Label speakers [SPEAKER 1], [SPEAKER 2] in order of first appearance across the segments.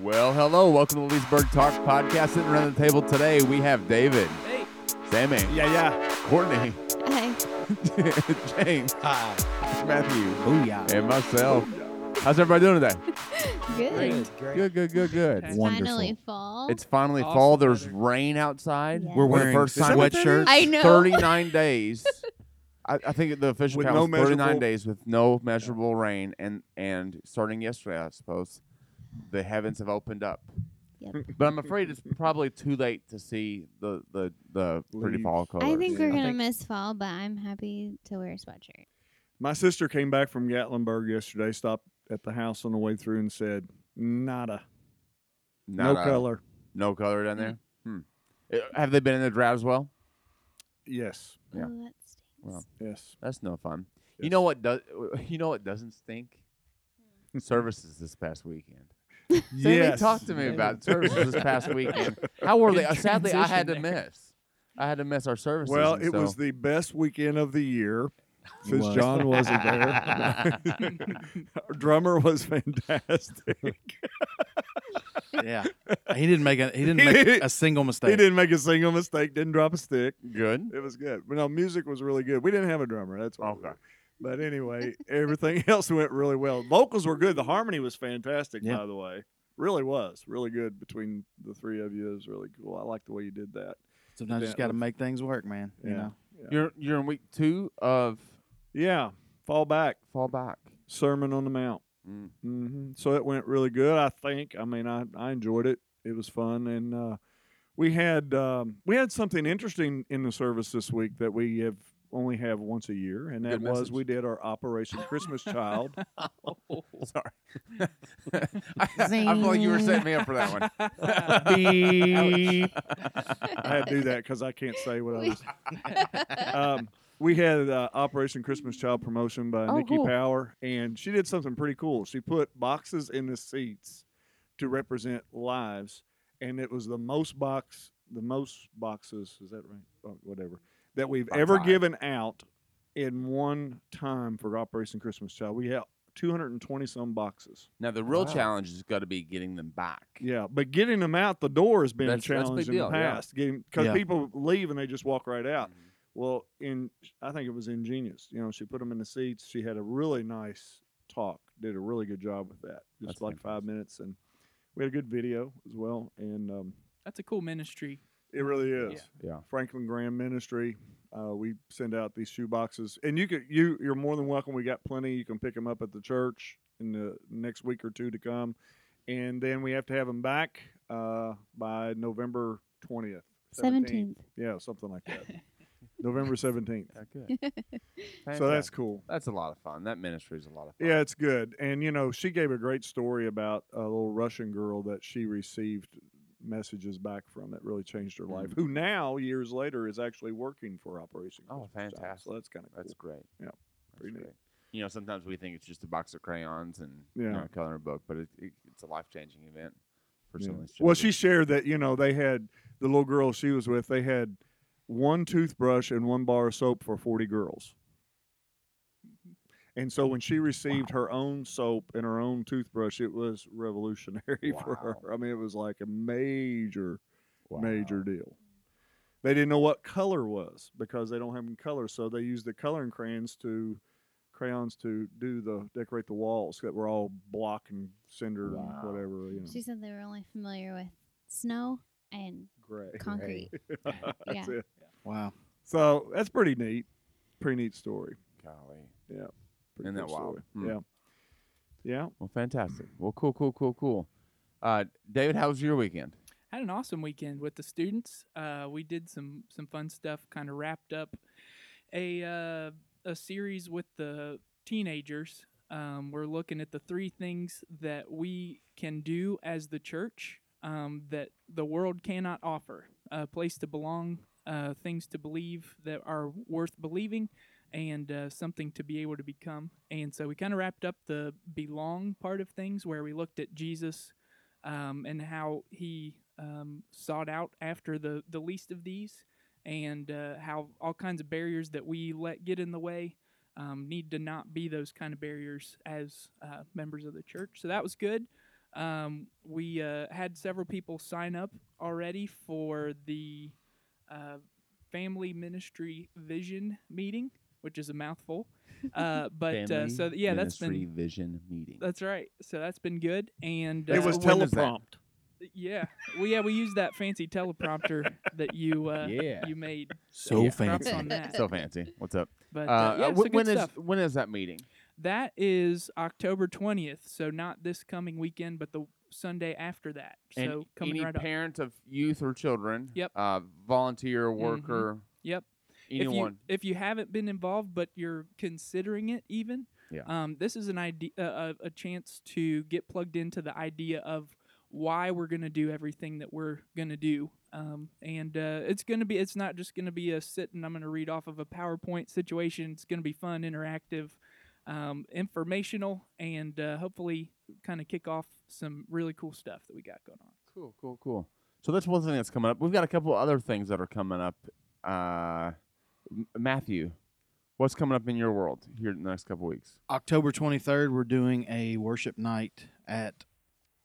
[SPEAKER 1] Well, hello. Welcome to the Leesburg Talk Podcast. Sitting around the table today, we have David,
[SPEAKER 2] Hey.
[SPEAKER 1] Sammy,
[SPEAKER 2] Yeah, yeah.
[SPEAKER 1] Courtney,
[SPEAKER 3] Hey,
[SPEAKER 1] James,
[SPEAKER 2] Hi.
[SPEAKER 1] Matthew,
[SPEAKER 2] Booyah.
[SPEAKER 1] and myself. How's everybody doing today?
[SPEAKER 3] good.
[SPEAKER 1] Good, good, good, good.
[SPEAKER 3] Finally fall.
[SPEAKER 1] It's finally
[SPEAKER 2] Awesome
[SPEAKER 1] fall. There's
[SPEAKER 2] weather.
[SPEAKER 1] rain outside.
[SPEAKER 3] Yes.
[SPEAKER 4] We're
[SPEAKER 1] For the
[SPEAKER 4] wearing
[SPEAKER 1] first time in
[SPEAKER 4] sweatshirts.
[SPEAKER 3] I know.
[SPEAKER 1] 39 days. I, I think the official
[SPEAKER 4] With
[SPEAKER 1] count
[SPEAKER 4] no
[SPEAKER 1] was 39
[SPEAKER 4] measurable-
[SPEAKER 1] days with no measurable rain, and and starting yesterday, I suppose, the heavens have opened up.
[SPEAKER 3] Yep.
[SPEAKER 1] But I'm afraid it's probably too late to see the the the pretty
[SPEAKER 4] Leaves.
[SPEAKER 1] fall colors.
[SPEAKER 3] I think we're
[SPEAKER 4] I
[SPEAKER 3] gonna
[SPEAKER 4] think-
[SPEAKER 3] miss fall, but I'm happy to wear a sweatshirt.
[SPEAKER 4] My sister came back from Gatlinburg yesterday, stopped at the house on the way through and said, Nada.
[SPEAKER 1] Not
[SPEAKER 4] no
[SPEAKER 1] a-
[SPEAKER 4] color.
[SPEAKER 1] no color down there.
[SPEAKER 3] Mm.
[SPEAKER 1] Hmm. Uh, Have they been in the drought as well?
[SPEAKER 4] Yes.
[SPEAKER 1] Yeah.
[SPEAKER 3] Oh, that stinks.
[SPEAKER 1] Well.
[SPEAKER 4] Yes.
[SPEAKER 1] That's no fun. You
[SPEAKER 4] Yes.
[SPEAKER 1] know what does? You know what doesn't stink?
[SPEAKER 3] Hmm.
[SPEAKER 1] Services this past weekend. Sammy
[SPEAKER 4] yes.
[SPEAKER 1] talked to me
[SPEAKER 2] Yeah.
[SPEAKER 1] about services this past weekend. How were
[SPEAKER 2] Good
[SPEAKER 1] they? Uh, Sadly, I had to
[SPEAKER 2] transition there.
[SPEAKER 1] miss. I had to miss our services.
[SPEAKER 4] Well,
[SPEAKER 1] and
[SPEAKER 4] it
[SPEAKER 1] so-
[SPEAKER 4] was the best weekend of the year since
[SPEAKER 2] was.
[SPEAKER 4] John wasn't there. Our drummer was fantastic.
[SPEAKER 2] Yeah.
[SPEAKER 5] He didn't make a he didn't
[SPEAKER 4] He
[SPEAKER 5] make
[SPEAKER 4] didn't-
[SPEAKER 5] a single
[SPEAKER 4] he
[SPEAKER 5] mistake.
[SPEAKER 4] didn't make a single mistake, didn't drop a stick.
[SPEAKER 1] good.
[SPEAKER 4] It was good. But no, music was really good. We didn't have a drummer. That's why.
[SPEAKER 1] Okay.
[SPEAKER 4] But anyway, everything else went really well. Vocals were good. The harmony was fantastic,
[SPEAKER 5] Yeah.
[SPEAKER 4] by the way. Really was. Really good between the three of you. It was really cool. I like the way you did that.
[SPEAKER 5] Sometimes you just got to
[SPEAKER 4] Yeah.
[SPEAKER 5] make things work, man. You
[SPEAKER 4] Yeah.
[SPEAKER 5] know.
[SPEAKER 1] You're you're in week two of
[SPEAKER 4] Yeah. Fall back.
[SPEAKER 1] fall back.
[SPEAKER 4] Sermon on the Mount.
[SPEAKER 1] Mm.
[SPEAKER 4] hmm So it went really good, I think. I mean, I, I enjoyed it. It was fun. And uh, we had um, we had something interesting in the service this week that we have only have once a year, and that
[SPEAKER 1] Good
[SPEAKER 4] was
[SPEAKER 1] message.
[SPEAKER 4] we did our Operation Christmas Child.
[SPEAKER 1] Sorry, I, I feel like you were setting me up for that one.
[SPEAKER 4] I had to do that because I can't say what I was um, we had uh, Operation Christmas Child promotion by
[SPEAKER 1] Oh,
[SPEAKER 4] Nikki
[SPEAKER 1] cool.
[SPEAKER 4] Power, and she did something pretty cool. She put boxes in the seats to represent lives, and it was the most box, the most boxes. Is that right? Oh, whatever that we've
[SPEAKER 1] By
[SPEAKER 4] ever
[SPEAKER 1] five.
[SPEAKER 4] given out in one time for Operation Christmas Child. We had 220 some boxes.
[SPEAKER 1] Now the real
[SPEAKER 5] Wow.
[SPEAKER 1] challenge has got to be getting them back.
[SPEAKER 4] Yeah, but getting them out the door has been
[SPEAKER 1] That's-
[SPEAKER 4] a
[SPEAKER 1] that's a big
[SPEAKER 4] challenge in
[SPEAKER 1] deal,
[SPEAKER 4] the
[SPEAKER 1] yeah.
[SPEAKER 4] past. Because
[SPEAKER 5] Yeah.
[SPEAKER 4] people leave and they just walk right out.
[SPEAKER 1] Mhm.
[SPEAKER 4] Well, in I think it was ingenious. You know, she put them in the seats. She had a really nice talk. Did a really good job with that. Just
[SPEAKER 1] That's
[SPEAKER 4] like five minutes, and we had a good video as well. And um,
[SPEAKER 2] That's a cool ministry.
[SPEAKER 4] it really is
[SPEAKER 1] Yeah.
[SPEAKER 4] Franklin Graham Ministry. Uh, we send out these shoe boxes, and you could you you're more than welcome. We got plenty. You can pick them up at the church in the next week or two to come, and then we have to have them back uh, by November twentieth.
[SPEAKER 3] Seventeenth.
[SPEAKER 4] Yeah, something like that. November seventeenth.
[SPEAKER 1] Yeah, good.
[SPEAKER 4] So
[SPEAKER 1] Fantastic.
[SPEAKER 4] that's cool.
[SPEAKER 1] That's a lot of fun. That ministry is a lot of fun.
[SPEAKER 4] Yeah, it's good. And you know, she gave a great story about a little Russian girl that she received messages back from that really changed her life. Who now, years later, is actually working for Operation.
[SPEAKER 1] Mm. Oh,
[SPEAKER 4] Christmas Child.
[SPEAKER 1] fantastic.
[SPEAKER 4] So that's kind of cool.
[SPEAKER 1] That's great.
[SPEAKER 4] Yeah,
[SPEAKER 1] That's
[SPEAKER 4] pretty neat.
[SPEAKER 1] great. You know, sometimes we think it's just a box of crayons and you
[SPEAKER 4] Yeah.
[SPEAKER 1] know, a coloring book, but it, it, it's a life changing event for
[SPEAKER 4] Yeah.
[SPEAKER 1] some of these
[SPEAKER 4] Well, she
[SPEAKER 1] children.
[SPEAKER 4] shared that you know they had the little girl she was with. They had one toothbrush and one bar of soap for forty girls. And so when she received her own soap and her own toothbrush, it was revolutionary for
[SPEAKER 1] Wow.
[SPEAKER 4] her. I mean, it was like a major
[SPEAKER 1] Wow.
[SPEAKER 4] major deal. They didn't know what color was because they don't have any color, so they used the coloring crayons to crayons to do the decorate the walls that were all block and cinder
[SPEAKER 1] Wow.
[SPEAKER 4] and whatever, you know,
[SPEAKER 3] She said they were only familiar with snow and
[SPEAKER 4] gray.
[SPEAKER 3] concrete.
[SPEAKER 4] that's it.
[SPEAKER 5] Wow.
[SPEAKER 4] So that's pretty neat. Pretty neat story.
[SPEAKER 1] Golly.
[SPEAKER 4] Pretty
[SPEAKER 1] Isn't that
[SPEAKER 4] cool
[SPEAKER 1] wild?
[SPEAKER 4] story.
[SPEAKER 1] Hmm.
[SPEAKER 4] Yeah. Yeah.
[SPEAKER 1] Well, fantastic. Well, cool, cool, cool, cool. Uh, David, how was your weekend?
[SPEAKER 2] Had an awesome weekend with the students. Uh, we did some some fun stuff. Kind of wrapped up a uh, a series with the teenagers. Um, we're looking at the three things that we can do as the church um, that the world cannot offer: a place to belong, uh, things to believe that are worth believing, and uh, something to be able to become. And so we kind of wrapped up the belong part of things, where we looked at Jesus um, and how he um, sought out after the, the least of these, and uh, how all kinds of barriers that we let get in the way um, need to not be those kind of barriers as uh, members of the church. So that was good. Um, we uh, had several people sign up already for the uh, Family Ministry Vision meeting, which is a mouthful. Uh, but uh, so yeah, that's been
[SPEAKER 1] vision meeting.
[SPEAKER 2] that's right. So that's been good, and uh,
[SPEAKER 4] It was
[SPEAKER 1] That's- when is that?
[SPEAKER 4] teleprompt.
[SPEAKER 2] yeah, well, yeah, we used that fancy teleprompter that you uh,
[SPEAKER 1] Yeah.
[SPEAKER 2] you made.
[SPEAKER 5] So
[SPEAKER 1] Yeah.
[SPEAKER 2] Props
[SPEAKER 5] fancy.
[SPEAKER 2] on that.
[SPEAKER 1] so fancy. What's up?
[SPEAKER 2] But
[SPEAKER 1] Uh,
[SPEAKER 2] uh, yeah,
[SPEAKER 1] uh,
[SPEAKER 2] so
[SPEAKER 1] wh-
[SPEAKER 2] good
[SPEAKER 1] when is
[SPEAKER 2] stuff.
[SPEAKER 1] when is that meeting?
[SPEAKER 2] That is October 20th, so not this coming weekend, but the Sunday after that.
[SPEAKER 1] And
[SPEAKER 2] so coming
[SPEAKER 1] any
[SPEAKER 2] right up.
[SPEAKER 1] parent of youth or children,
[SPEAKER 2] Yep. Mm-hmm.
[SPEAKER 1] uh, volunteer worker,
[SPEAKER 2] Yep.
[SPEAKER 1] anyone.
[SPEAKER 2] If you, if you haven't been involved, but you're considering it, even
[SPEAKER 1] Yeah.
[SPEAKER 2] um, this is an idea, uh, a, a chance to get plugged into the idea of why we're going to do everything that we're going to do. Um, and uh, it's going to be, it's not just going to be a sit and I'm going to read off of a PowerPoint situation. It's going to be fun, interactive, um, informational, and uh, hopefully kind of kick off some really cool stuff that we got going on.
[SPEAKER 1] Cool, cool, cool. So that's one thing that's coming up. We've got a couple other things that are coming up. Uh, M- Matthew, what's coming up in your world here in the next couple weeks?
[SPEAKER 5] October 23rd, we're doing a worship night at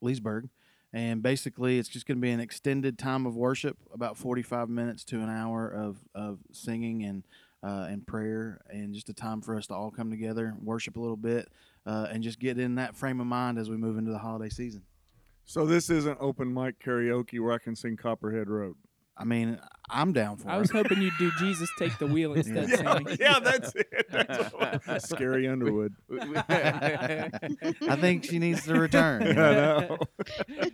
[SPEAKER 5] Leesburg. And basically, it's just going to be an extended time of worship, about 45 minutes to an hour of, of singing and, uh, and prayer, and just a time for us to all come together, worship a little bit, uh, and just get in that frame of mind as we move into the holiday season.
[SPEAKER 4] So this isn't open mic karaoke where I can sing Copperhead Road.
[SPEAKER 5] I mean, I'm down for
[SPEAKER 2] I
[SPEAKER 5] it.
[SPEAKER 2] was hoping you'd do Jesus Take the Wheel instead,
[SPEAKER 5] Yeah.
[SPEAKER 2] Sammy.
[SPEAKER 4] yeah, that's it. That's what- Scary Underwood.
[SPEAKER 5] I think she needs to return. you
[SPEAKER 4] I
[SPEAKER 5] know?
[SPEAKER 4] know.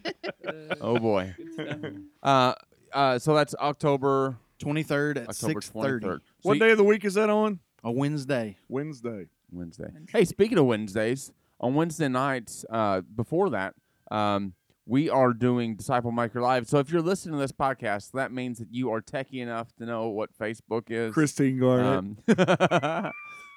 [SPEAKER 2] Uh,
[SPEAKER 1] oh boy.
[SPEAKER 2] good stuff.
[SPEAKER 1] Uh, uh, so that's October
[SPEAKER 5] 23rd at
[SPEAKER 1] October
[SPEAKER 5] 6:30,
[SPEAKER 1] 23rd.
[SPEAKER 4] What day of the week is that on?
[SPEAKER 5] a Wednesday.
[SPEAKER 4] Wednesday.
[SPEAKER 1] Wednesday.
[SPEAKER 2] Wednesday.
[SPEAKER 1] Hey, speaking of Wednesdays, on Wednesday nights, uh, before that, um, we are doing Disciple Maker Live. So if you're listening to this podcast, that means that you are techie enough to know what Facebook is.
[SPEAKER 4] Christine Garner.
[SPEAKER 1] Um,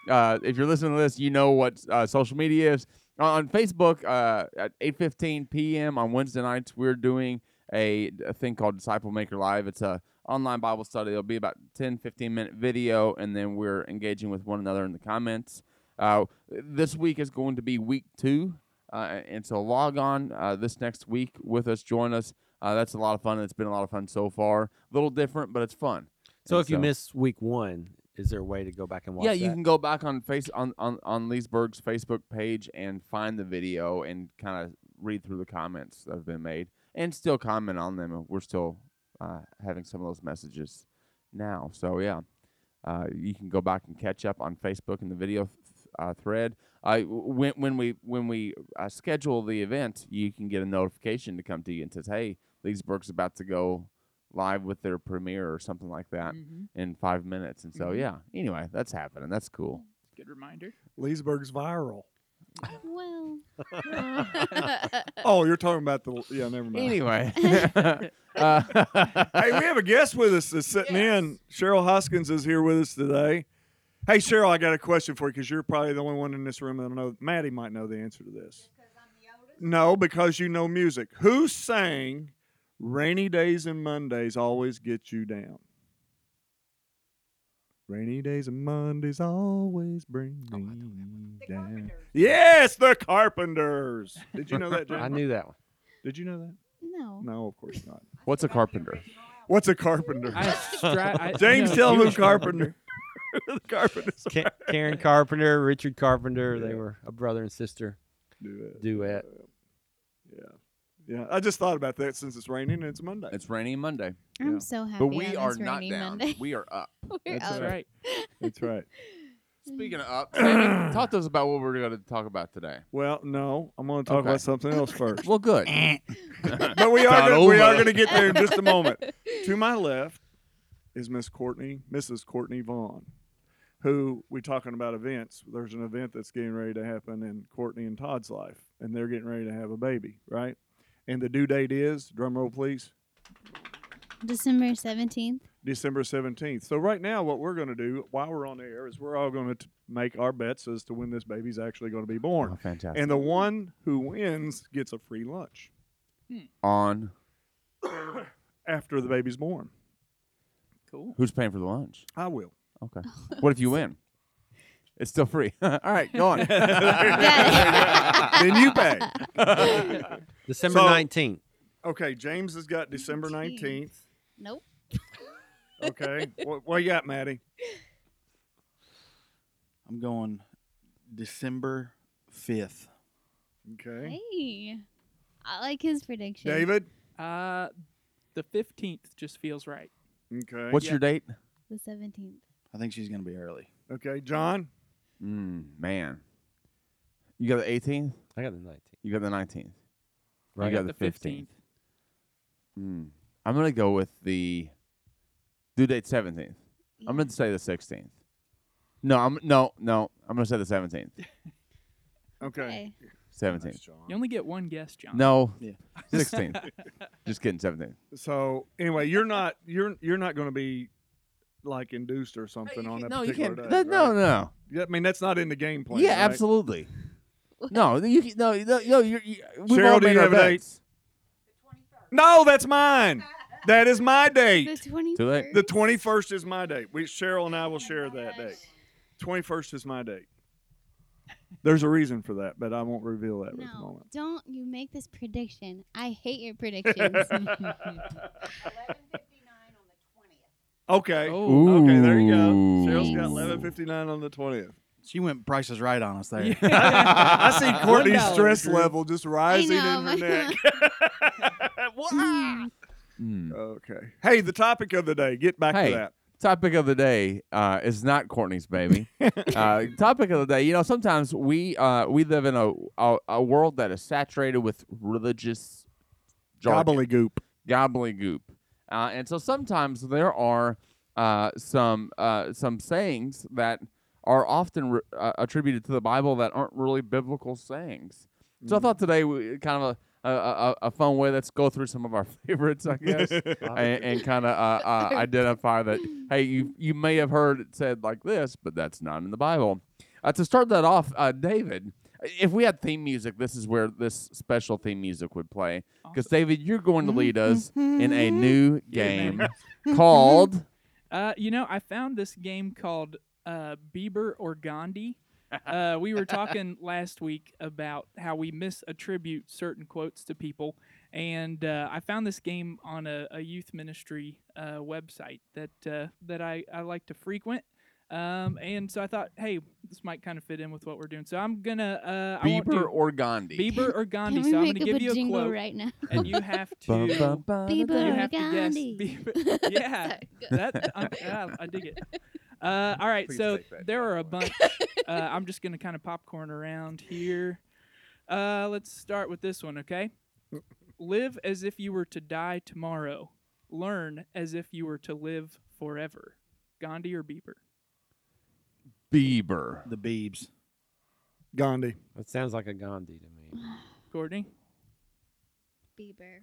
[SPEAKER 1] uh, if you're listening to this, you know what uh, social media is. On- On Facebook, uh, at 8:15 p.m. on Wednesday nights, we're doing a, a thing called Disciple Maker Live. It's a online Bible study. It'll be about 10, 15 minute video, and then we're engaging with one another in the comments. Uh, this week is going to be week two, uh, and so log on uh, this next week with us. Join us. Uh, that's a lot of fun. It's been a lot of fun so far. A little different, but it's fun.
[SPEAKER 6] So
[SPEAKER 1] And
[SPEAKER 6] if you miss week one, is there a way to go back and watch?
[SPEAKER 1] yeah, you
[SPEAKER 6] that?
[SPEAKER 1] can go back on face on, on on Leesburg's Facebook page and find the video and kind of read through the comments that have been made and still comment on them. We're still uh, having some of those messages now, so yeah, uh, you can go back and catch up on Facebook in the video th- uh, thread. I when when we when we uh, schedule the event, you can get a notification to come to you and says, "Hey, Leesburg's about to go live with their premiere or something like that."
[SPEAKER 2] Mhm.
[SPEAKER 1] in five minutes. And so,
[SPEAKER 2] Mhm.
[SPEAKER 1] yeah. Anyway, that's happening. That's cool.
[SPEAKER 2] Good reminder.
[SPEAKER 4] Leesburg's viral.
[SPEAKER 3] well,
[SPEAKER 4] Oh, you're talking about the yeah, never mind.
[SPEAKER 1] Anyway, uh,
[SPEAKER 4] hey, we have a guest with us that's sitting in. Cheryl Hoskins is here with us today. Hey, Cheryl, I got a question for you because you're probably the only one in this room that I know. Maddie might know the answer to this. No, because you know music. Who sang Rainy Days and Mondays Always Get You Down? Rainy days and Mondays always bring me down. Yes, the Carpenters. Did you know that, Jen?
[SPEAKER 6] I knew that one.
[SPEAKER 4] Did you know that?
[SPEAKER 3] no.
[SPEAKER 4] No, of course not.
[SPEAKER 1] what's a carpenter?
[SPEAKER 4] What's a carpenter?
[SPEAKER 2] I stri- I,
[SPEAKER 4] James
[SPEAKER 2] no,
[SPEAKER 4] tell
[SPEAKER 2] you
[SPEAKER 4] him
[SPEAKER 2] were
[SPEAKER 4] Carpenter. the carpenters
[SPEAKER 6] Ca- Karen Carpenter, Richard Carpenter,
[SPEAKER 4] Yeah.
[SPEAKER 6] they were a brother and sister duet.
[SPEAKER 4] Yeah. Yeah. I just thought about that since it's raining and it's Monday.
[SPEAKER 1] It's rainy Monday,
[SPEAKER 4] Yeah.
[SPEAKER 3] I'm so happy.
[SPEAKER 1] but we
[SPEAKER 3] on
[SPEAKER 1] are
[SPEAKER 3] this
[SPEAKER 1] not
[SPEAKER 3] rainy
[SPEAKER 1] down.
[SPEAKER 3] Monday.
[SPEAKER 1] We are up.
[SPEAKER 3] We're
[SPEAKER 4] That's
[SPEAKER 2] That's
[SPEAKER 3] up.
[SPEAKER 4] Sorry.
[SPEAKER 2] right.
[SPEAKER 4] That's right.
[SPEAKER 1] Speaking of up, Sammy, talk to us about what we're going to talk about today.
[SPEAKER 4] Well, no, I'm going to talk
[SPEAKER 1] Okay.
[SPEAKER 4] about something else first.
[SPEAKER 1] Well, good.
[SPEAKER 4] but we are
[SPEAKER 1] Not
[SPEAKER 4] gonna, we
[SPEAKER 1] over.
[SPEAKER 4] are going to get there in just a moment. To my left is Miss Courtney, Mrs. Courtney Vaughn, who we talking about events. There's an event that's getting ready to happen in Courtney and Todd's life, and they're getting ready to have a baby, right? And the due date is drum roll, please.
[SPEAKER 3] December seventeenth.
[SPEAKER 4] December 17th. So, right now, what we're going to do while we're on air is we're all going to make our bets as to when this baby's actually going to be born.
[SPEAKER 1] Oh, fantastic.
[SPEAKER 4] And the one who wins gets a free lunch
[SPEAKER 1] On
[SPEAKER 4] after the baby's born.
[SPEAKER 2] Cool.
[SPEAKER 1] who's paying for the lunch?
[SPEAKER 4] I will.
[SPEAKER 1] Okay. What if you win? It's still free. All right, go on.
[SPEAKER 3] Got it.
[SPEAKER 4] then you pay.
[SPEAKER 6] December
[SPEAKER 4] So-
[SPEAKER 6] nineteenth.
[SPEAKER 4] Okay, James has got December 19th.
[SPEAKER 3] 19th. Nope.
[SPEAKER 4] Okay. what, what you got, Maddie?
[SPEAKER 5] I'm going December 5th.
[SPEAKER 4] Okay.
[SPEAKER 3] Hey. I like his prediction.
[SPEAKER 4] David?
[SPEAKER 2] Uh, the fifteenth just feels right.
[SPEAKER 4] Okay.
[SPEAKER 1] What's
[SPEAKER 2] Yeah.
[SPEAKER 1] your date?
[SPEAKER 3] The 17th.
[SPEAKER 5] I think she's going to be early.
[SPEAKER 4] Okay, John?
[SPEAKER 1] Mm, man, you got the 18th.
[SPEAKER 6] I got the nineteenth.
[SPEAKER 1] You got the 19th.
[SPEAKER 6] Right.
[SPEAKER 1] You got
[SPEAKER 2] The
[SPEAKER 1] the
[SPEAKER 2] fifteenth.
[SPEAKER 1] 15th. Mm. I'm gonna go with the due date 17th. I'm gonna say the 16th. No, I'm no no. I'm gonna say the 17th.
[SPEAKER 4] Okay.
[SPEAKER 3] Okay.
[SPEAKER 1] 17th.
[SPEAKER 4] Nice,
[SPEAKER 2] You
[SPEAKER 4] John.
[SPEAKER 2] only get one guess, John.
[SPEAKER 1] No.
[SPEAKER 5] Yeah.
[SPEAKER 1] 16th. Just kidding. 17th.
[SPEAKER 4] So anyway, you're not you're you're not going to be like induced or something on that
[SPEAKER 1] no, Oh, you
[SPEAKER 4] particular
[SPEAKER 1] can't.
[SPEAKER 4] day.
[SPEAKER 1] that- No,
[SPEAKER 4] right?
[SPEAKER 1] no.
[SPEAKER 4] Yeah, I mean that's not in the game plan.
[SPEAKER 1] yeah,
[SPEAKER 4] right?
[SPEAKER 1] absolutely. No, you can- no no no. You're, you, we've
[SPEAKER 4] Cheryl,
[SPEAKER 1] all
[SPEAKER 4] do
[SPEAKER 1] made
[SPEAKER 4] you
[SPEAKER 1] our
[SPEAKER 4] have a date?
[SPEAKER 1] bets.
[SPEAKER 4] No, that's mine. That is my
[SPEAKER 3] The
[SPEAKER 4] date.
[SPEAKER 3] 21st.
[SPEAKER 4] The 21st is my date. We Cheryl and I
[SPEAKER 3] Oh
[SPEAKER 4] will share that date. 21st is my date. There's a reason for that, but I won't reveal that at the
[SPEAKER 3] No,
[SPEAKER 4] moment.
[SPEAKER 3] don't you make this prediction. I hate your predictions.
[SPEAKER 4] Okay.
[SPEAKER 2] Oh,
[SPEAKER 4] Okay, there you go.
[SPEAKER 1] Ooh.
[SPEAKER 4] Cheryl's got
[SPEAKER 3] Ooh.
[SPEAKER 4] 11.59 on the 20th.
[SPEAKER 5] She went prices right on us there.
[SPEAKER 4] I see Courtney's
[SPEAKER 2] $1,
[SPEAKER 4] stress
[SPEAKER 2] Drew.
[SPEAKER 4] level just rising
[SPEAKER 3] know,
[SPEAKER 4] in her
[SPEAKER 3] my-
[SPEAKER 4] neck. Wah!
[SPEAKER 1] Mm.
[SPEAKER 4] okay. Hey, the topic of the day. Get back
[SPEAKER 1] Hey.
[SPEAKER 4] to that.
[SPEAKER 1] Topic of the day uh, is not Courtney's baby. uh, topic of the day, you know, sometimes we uh, we live in a, a a world that is saturated with religious jargon.
[SPEAKER 4] Gobbledygook.
[SPEAKER 1] gobbledygook. Uh, and so sometimes there are uh, some uh, some sayings that are often re- uh, attributed to the Bible that aren't really biblical sayings. So I thought today we kind of a, a, a, a fun way. Let's go through some of our favorites, I guess, and, and kind of uh, uh, identify that hey, you you may have heard it said like this, but that's not in the Bible. Uh, to start that off, uh, David, if we had theme music, this is where this special theme music would play. Because David, you're going to lead us in a
[SPEAKER 3] Mm-hmm.
[SPEAKER 1] new game called.
[SPEAKER 2] Uh, you know, I found this game called uh, Bieber or Gandhi. Uh, we were talking last week about how we misattribute certain quotes to people, and uh, I found this game on a, a youth ministry uh, website that uh, that I, I like to frequent. Um, and so I thought, hey, this might kind of fit in with what we're doing. So I'm gonna uh, I won't
[SPEAKER 1] Bieber
[SPEAKER 2] do
[SPEAKER 1] or Gandhi.
[SPEAKER 2] Bieber or
[SPEAKER 3] Can
[SPEAKER 2] Gandhi.
[SPEAKER 3] we
[SPEAKER 2] So I'm
[SPEAKER 3] make
[SPEAKER 2] gonna
[SPEAKER 3] up a
[SPEAKER 2] give you a
[SPEAKER 3] jingle
[SPEAKER 2] quote,
[SPEAKER 3] right now?
[SPEAKER 2] and you have
[SPEAKER 1] Bum,
[SPEAKER 2] to
[SPEAKER 1] bum, bum,
[SPEAKER 3] Bieber
[SPEAKER 2] you
[SPEAKER 3] or
[SPEAKER 2] have to guess
[SPEAKER 3] Gandhi?
[SPEAKER 2] Bieber. Yeah,
[SPEAKER 3] Sorry, go.
[SPEAKER 2] that I'm, yeah, I dig it. Uh, all right,
[SPEAKER 1] Please
[SPEAKER 2] so
[SPEAKER 1] take that,
[SPEAKER 2] there
[SPEAKER 1] by
[SPEAKER 2] are a
[SPEAKER 1] the
[SPEAKER 2] bunch. uh, I'm just gonna kind of popcorn around here. Uh, let's start with this one, okay? Live as if you were to die tomorrow. Learn as if you were to live forever. Gandhi or Bieber?
[SPEAKER 1] Bieber.
[SPEAKER 5] The Beebs.
[SPEAKER 4] Gandhi.
[SPEAKER 6] That sounds like a Gandhi to me.
[SPEAKER 2] Courtney,
[SPEAKER 3] Bieber.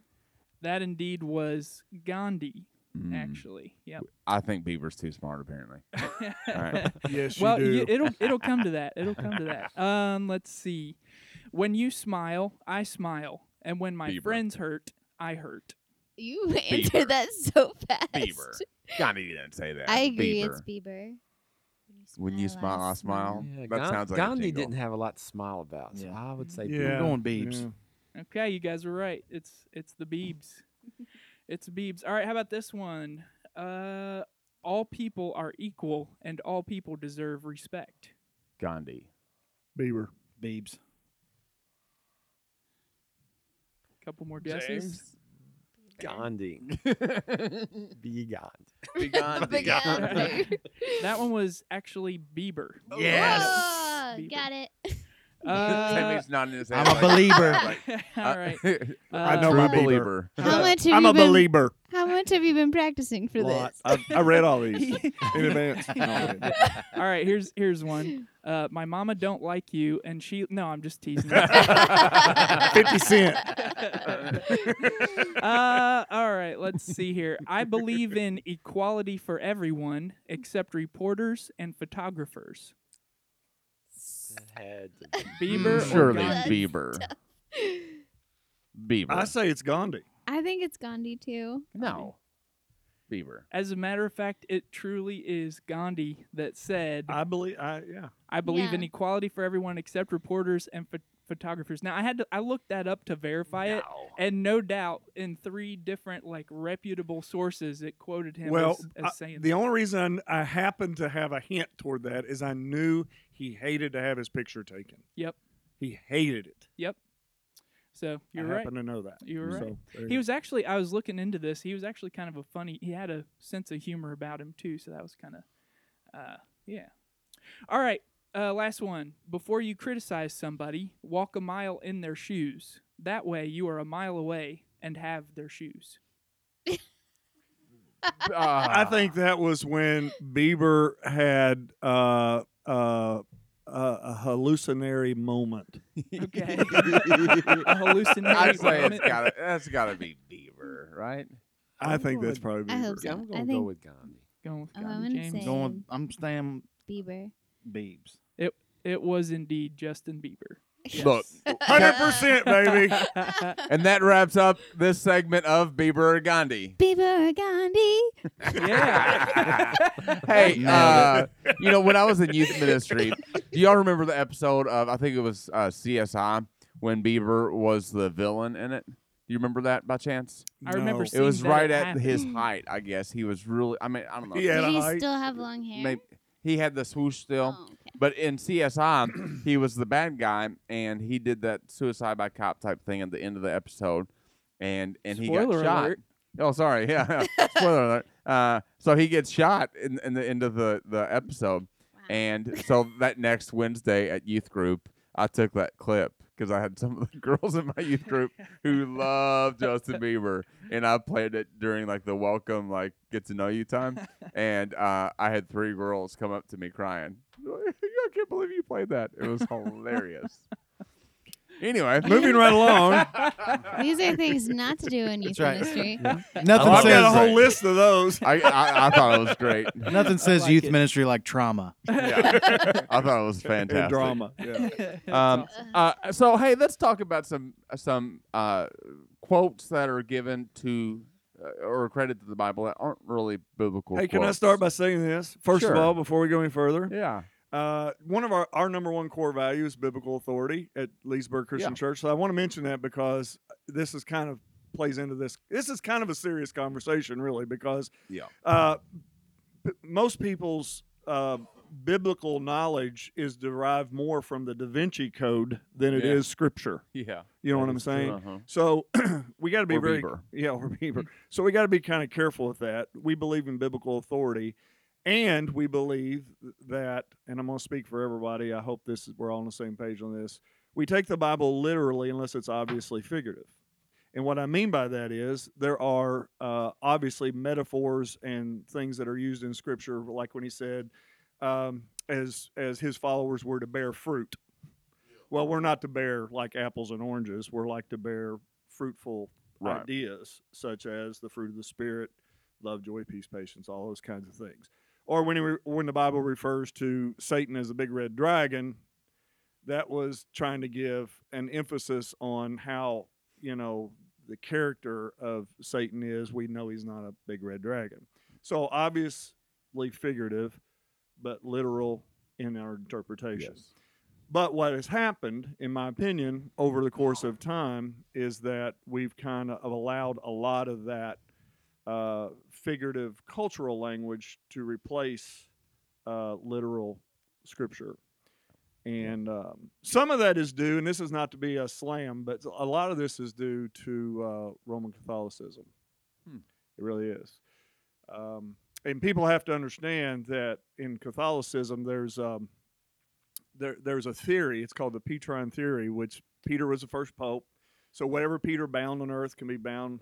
[SPEAKER 2] that indeed was Gandhi.
[SPEAKER 1] Mm.
[SPEAKER 2] Actually, yep.
[SPEAKER 1] I think Bieber's too smart, apparently. All right.
[SPEAKER 4] Yes,
[SPEAKER 2] well,
[SPEAKER 4] you
[SPEAKER 2] y-
[SPEAKER 4] do.
[SPEAKER 2] it'll it'll come to that. It'll come to that. Um, let's see. When you smile, I smile, and when my
[SPEAKER 1] Bieber.
[SPEAKER 2] friends hurt, I hurt.
[SPEAKER 3] You answered that so fast.
[SPEAKER 1] Bieber. Gandhi didn't say that.
[SPEAKER 3] I agree.
[SPEAKER 1] Bieber.
[SPEAKER 3] It's Bieber.
[SPEAKER 1] When you smile, I smile. That
[SPEAKER 6] Gan-
[SPEAKER 1] sounds like a
[SPEAKER 6] Gandhi
[SPEAKER 1] jingle.
[SPEAKER 6] didn't have a lot to smile about, so
[SPEAKER 5] Yeah.
[SPEAKER 6] I would say
[SPEAKER 5] I'm
[SPEAKER 4] Yeah.
[SPEAKER 5] going Beebs.
[SPEAKER 4] Yeah.
[SPEAKER 2] Okay, you guys were right. It's it's the Beebs. it's Beebs. All right, how about this one? Uh, all people are equal, and all people deserve respect.
[SPEAKER 1] Gandhi.
[SPEAKER 4] Bieber.
[SPEAKER 5] Beebs.
[SPEAKER 2] Couple more guesses.
[SPEAKER 6] Gandhi. Be Gandhi.
[SPEAKER 1] Be Gandhi.
[SPEAKER 3] Bieber.
[SPEAKER 2] That one was actually Bieber.
[SPEAKER 1] Yes.
[SPEAKER 3] Whoa,
[SPEAKER 2] Bieber.
[SPEAKER 3] got it.
[SPEAKER 2] Uh,
[SPEAKER 1] Tammy's nodding his head
[SPEAKER 5] I'm a
[SPEAKER 1] like-
[SPEAKER 5] believer.
[SPEAKER 1] like,
[SPEAKER 2] all right.
[SPEAKER 1] uh,
[SPEAKER 2] Uh,
[SPEAKER 4] know
[SPEAKER 1] true
[SPEAKER 4] my Bieber.
[SPEAKER 1] believer.
[SPEAKER 3] How much have
[SPEAKER 4] I'm
[SPEAKER 3] you
[SPEAKER 4] a
[SPEAKER 3] been?
[SPEAKER 4] believer.
[SPEAKER 3] How much have you been practicing for
[SPEAKER 5] Lot.
[SPEAKER 3] this?
[SPEAKER 4] I, I read all these in advance. No, I didn't.
[SPEAKER 2] All right, here's here's one. Uh, my mama don't like you, and she. No, I'm just teasing.
[SPEAKER 4] Fifty Cent.
[SPEAKER 2] uh, all right, let's see here. I believe in equality for everyone except reporters and photographers.
[SPEAKER 6] Had to be-
[SPEAKER 2] Bieber, or
[SPEAKER 1] Hmm, Surely
[SPEAKER 2] Gandhi?
[SPEAKER 1] Bieber. Bieber.
[SPEAKER 4] I say it's Gandhi.
[SPEAKER 3] I think it's Gandhi too.
[SPEAKER 1] no. Bieber.
[SPEAKER 2] As a matter of fact, it truly is Gandhi that said,
[SPEAKER 4] I believe. I yeah.
[SPEAKER 2] "I believe
[SPEAKER 3] Yeah.
[SPEAKER 2] in equality for everyone except reporters and pho- photographers. Now I had to I looked that up to verify it,
[SPEAKER 6] No.
[SPEAKER 2] and no doubt in three different like reputable sources it quoted him
[SPEAKER 4] Well,
[SPEAKER 2] as,
[SPEAKER 4] I-
[SPEAKER 2] as saying
[SPEAKER 4] the only reason I happened to have a hint toward that is I knew he hated to have his picture taken.
[SPEAKER 2] Yep.
[SPEAKER 4] He hated it.
[SPEAKER 2] so. You're
[SPEAKER 4] I
[SPEAKER 2] right.
[SPEAKER 4] happen to know that.
[SPEAKER 2] You're right.
[SPEAKER 4] So, there
[SPEAKER 2] He
[SPEAKER 4] you
[SPEAKER 2] was actually I was looking into this. He was actually kind of a funny. He had a sense of humor about him too, so that was kind of uh yeah. All right, uh last one. Before you criticize somebody, walk a mile in their shoes. That way you are a mile away and have their shoes.
[SPEAKER 4] go.
[SPEAKER 1] Ah.
[SPEAKER 4] I think that was when Bieber had uh, uh, uh, a hallucinatory moment.
[SPEAKER 2] Okay. a hallucinatory
[SPEAKER 1] I'd say it's
[SPEAKER 2] moment.
[SPEAKER 1] gotta that's gotta be Beaver, right?
[SPEAKER 4] I
[SPEAKER 6] I'm
[SPEAKER 4] think that's
[SPEAKER 6] going-
[SPEAKER 4] probably
[SPEAKER 3] I hope
[SPEAKER 4] Bieber.
[SPEAKER 3] so.
[SPEAKER 6] Yeah, I'm
[SPEAKER 3] I
[SPEAKER 6] gonna go
[SPEAKER 3] think-
[SPEAKER 6] with Gandhi.
[SPEAKER 2] Going with
[SPEAKER 3] Oh,
[SPEAKER 2] Gandhi
[SPEAKER 3] I'm gonna
[SPEAKER 2] James.
[SPEAKER 3] say-
[SPEAKER 5] Going, I'm staying
[SPEAKER 3] Bieber.
[SPEAKER 5] Beebs.
[SPEAKER 2] It was indeed Justin Bieber.
[SPEAKER 1] Look,
[SPEAKER 4] Hundred percent, baby.
[SPEAKER 1] and that wraps up this segment of Bieber or Gandhi.
[SPEAKER 3] Bieber or Gandhi.
[SPEAKER 2] yeah.
[SPEAKER 1] Hey,
[SPEAKER 5] Nailed
[SPEAKER 1] uh, you know, when I was in youth ministry, do y'all remember the episode of I think it was uh, CSI when Bieber was the villain in it? Do you remember that by chance?
[SPEAKER 2] I remember
[SPEAKER 4] No.
[SPEAKER 1] it was
[SPEAKER 2] Seems that
[SPEAKER 1] right
[SPEAKER 2] it
[SPEAKER 1] at
[SPEAKER 2] happened. Mm.
[SPEAKER 1] his height, I guess. He was really I mean, I don't know.
[SPEAKER 4] He had
[SPEAKER 3] Did
[SPEAKER 4] a
[SPEAKER 3] he
[SPEAKER 4] height.
[SPEAKER 3] still have long hair?
[SPEAKER 1] Maybe he had the swoosh still.
[SPEAKER 3] Oh, okay.
[SPEAKER 1] But in CSI, he was the bad guy, and he did that suicide by cop type thing at the end of the episode, and and he got
[SPEAKER 2] Spoiler
[SPEAKER 1] shot.
[SPEAKER 2] alert.
[SPEAKER 1] Oh, sorry, yeah, spoiler alert. Uh, so he gets shot in, in the end of the the episode,
[SPEAKER 3] Wow.
[SPEAKER 1] and so that next Wednesday at youth group, I took that clip because I had some of the girls in my youth group who love Justin Bieber, and I played it during like the welcome, like get to know you time, and uh, I had three girls come up to me crying. I can't believe you played that. It was hilarious. anyway,
[SPEAKER 4] Moving right along.
[SPEAKER 3] These are things not to do in youth
[SPEAKER 5] That's right.
[SPEAKER 3] ministry.
[SPEAKER 5] Nothing
[SPEAKER 4] I've got a
[SPEAKER 5] says
[SPEAKER 4] whole list of those.
[SPEAKER 1] I, I I thought it was great.
[SPEAKER 5] nothing says
[SPEAKER 2] like
[SPEAKER 5] youth
[SPEAKER 2] it.
[SPEAKER 5] ministry like trauma.
[SPEAKER 1] Yeah. I thought it was fantastic.
[SPEAKER 4] And drama. Yeah.
[SPEAKER 2] That's
[SPEAKER 1] Um,
[SPEAKER 2] awesome.
[SPEAKER 1] Uh, so hey, let's talk about some some uh, quotes that are given to uh, or credit to the Bible that aren't really biblical.
[SPEAKER 4] Hey, can I
[SPEAKER 1] quotes.
[SPEAKER 4] start by saying this? First
[SPEAKER 1] Sure.
[SPEAKER 4] of all, before we go any further,
[SPEAKER 1] Yeah.
[SPEAKER 4] uh, one of our, our number one core value is biblical authority at Leesburg Christian
[SPEAKER 1] Yeah.
[SPEAKER 4] Church. So I want to mention that because this is kind of plays into this. This is kind of a serious conversation, really, because
[SPEAKER 1] Yeah.
[SPEAKER 4] uh, b- most people's uh, biblical knowledge is derived more from the Da Vinci Code than it is
[SPEAKER 1] Yeah.
[SPEAKER 4] Scripture.
[SPEAKER 1] Yeah. Uh-huh.
[SPEAKER 4] You know what I'm saying? So we got to be
[SPEAKER 1] Or
[SPEAKER 4] very
[SPEAKER 1] Bieber.
[SPEAKER 4] yeah, or Bieber. So we got to be kind of careful with that. We believe in biblical authority, and we believe that. And I'm going to speak for everybody. I hope this is, we're all on the same page on this. We take the Bible literally unless it's obviously figurative. And what I mean by that is there are uh, obviously metaphors and things that are used in Scripture, like when he said, um, as as his followers were to bear fruit. Well, we're not to bear like apples and oranges. We're like to bear fruitful
[SPEAKER 1] Right.
[SPEAKER 4] ideas such as the fruit of the spirit, love, joy, peace, patience, all those kinds of things. Or when he re- when the Bible refers to Satan as a big red dragon, that was trying to give an emphasis on how you know the character of Satan is. We know he's not a big red dragon. So obviously figurative, but literal in our interpretation. But what has happened, in my opinion, over the course of time is that we've kind of allowed a lot of that uh, figurative cultural language to replace uh, literal scripture. And um, some of that is due, and this is not to be a slam, but a lot of this is due to uh, Roman Catholicism.
[SPEAKER 1] Hmm.
[SPEAKER 4] It really is. Um, and people have to understand that in Catholicism, there's. Um, there, there's a theory. It's called the Petrine theory, which Peter was the first pope. So whatever Peter bound on earth can be bound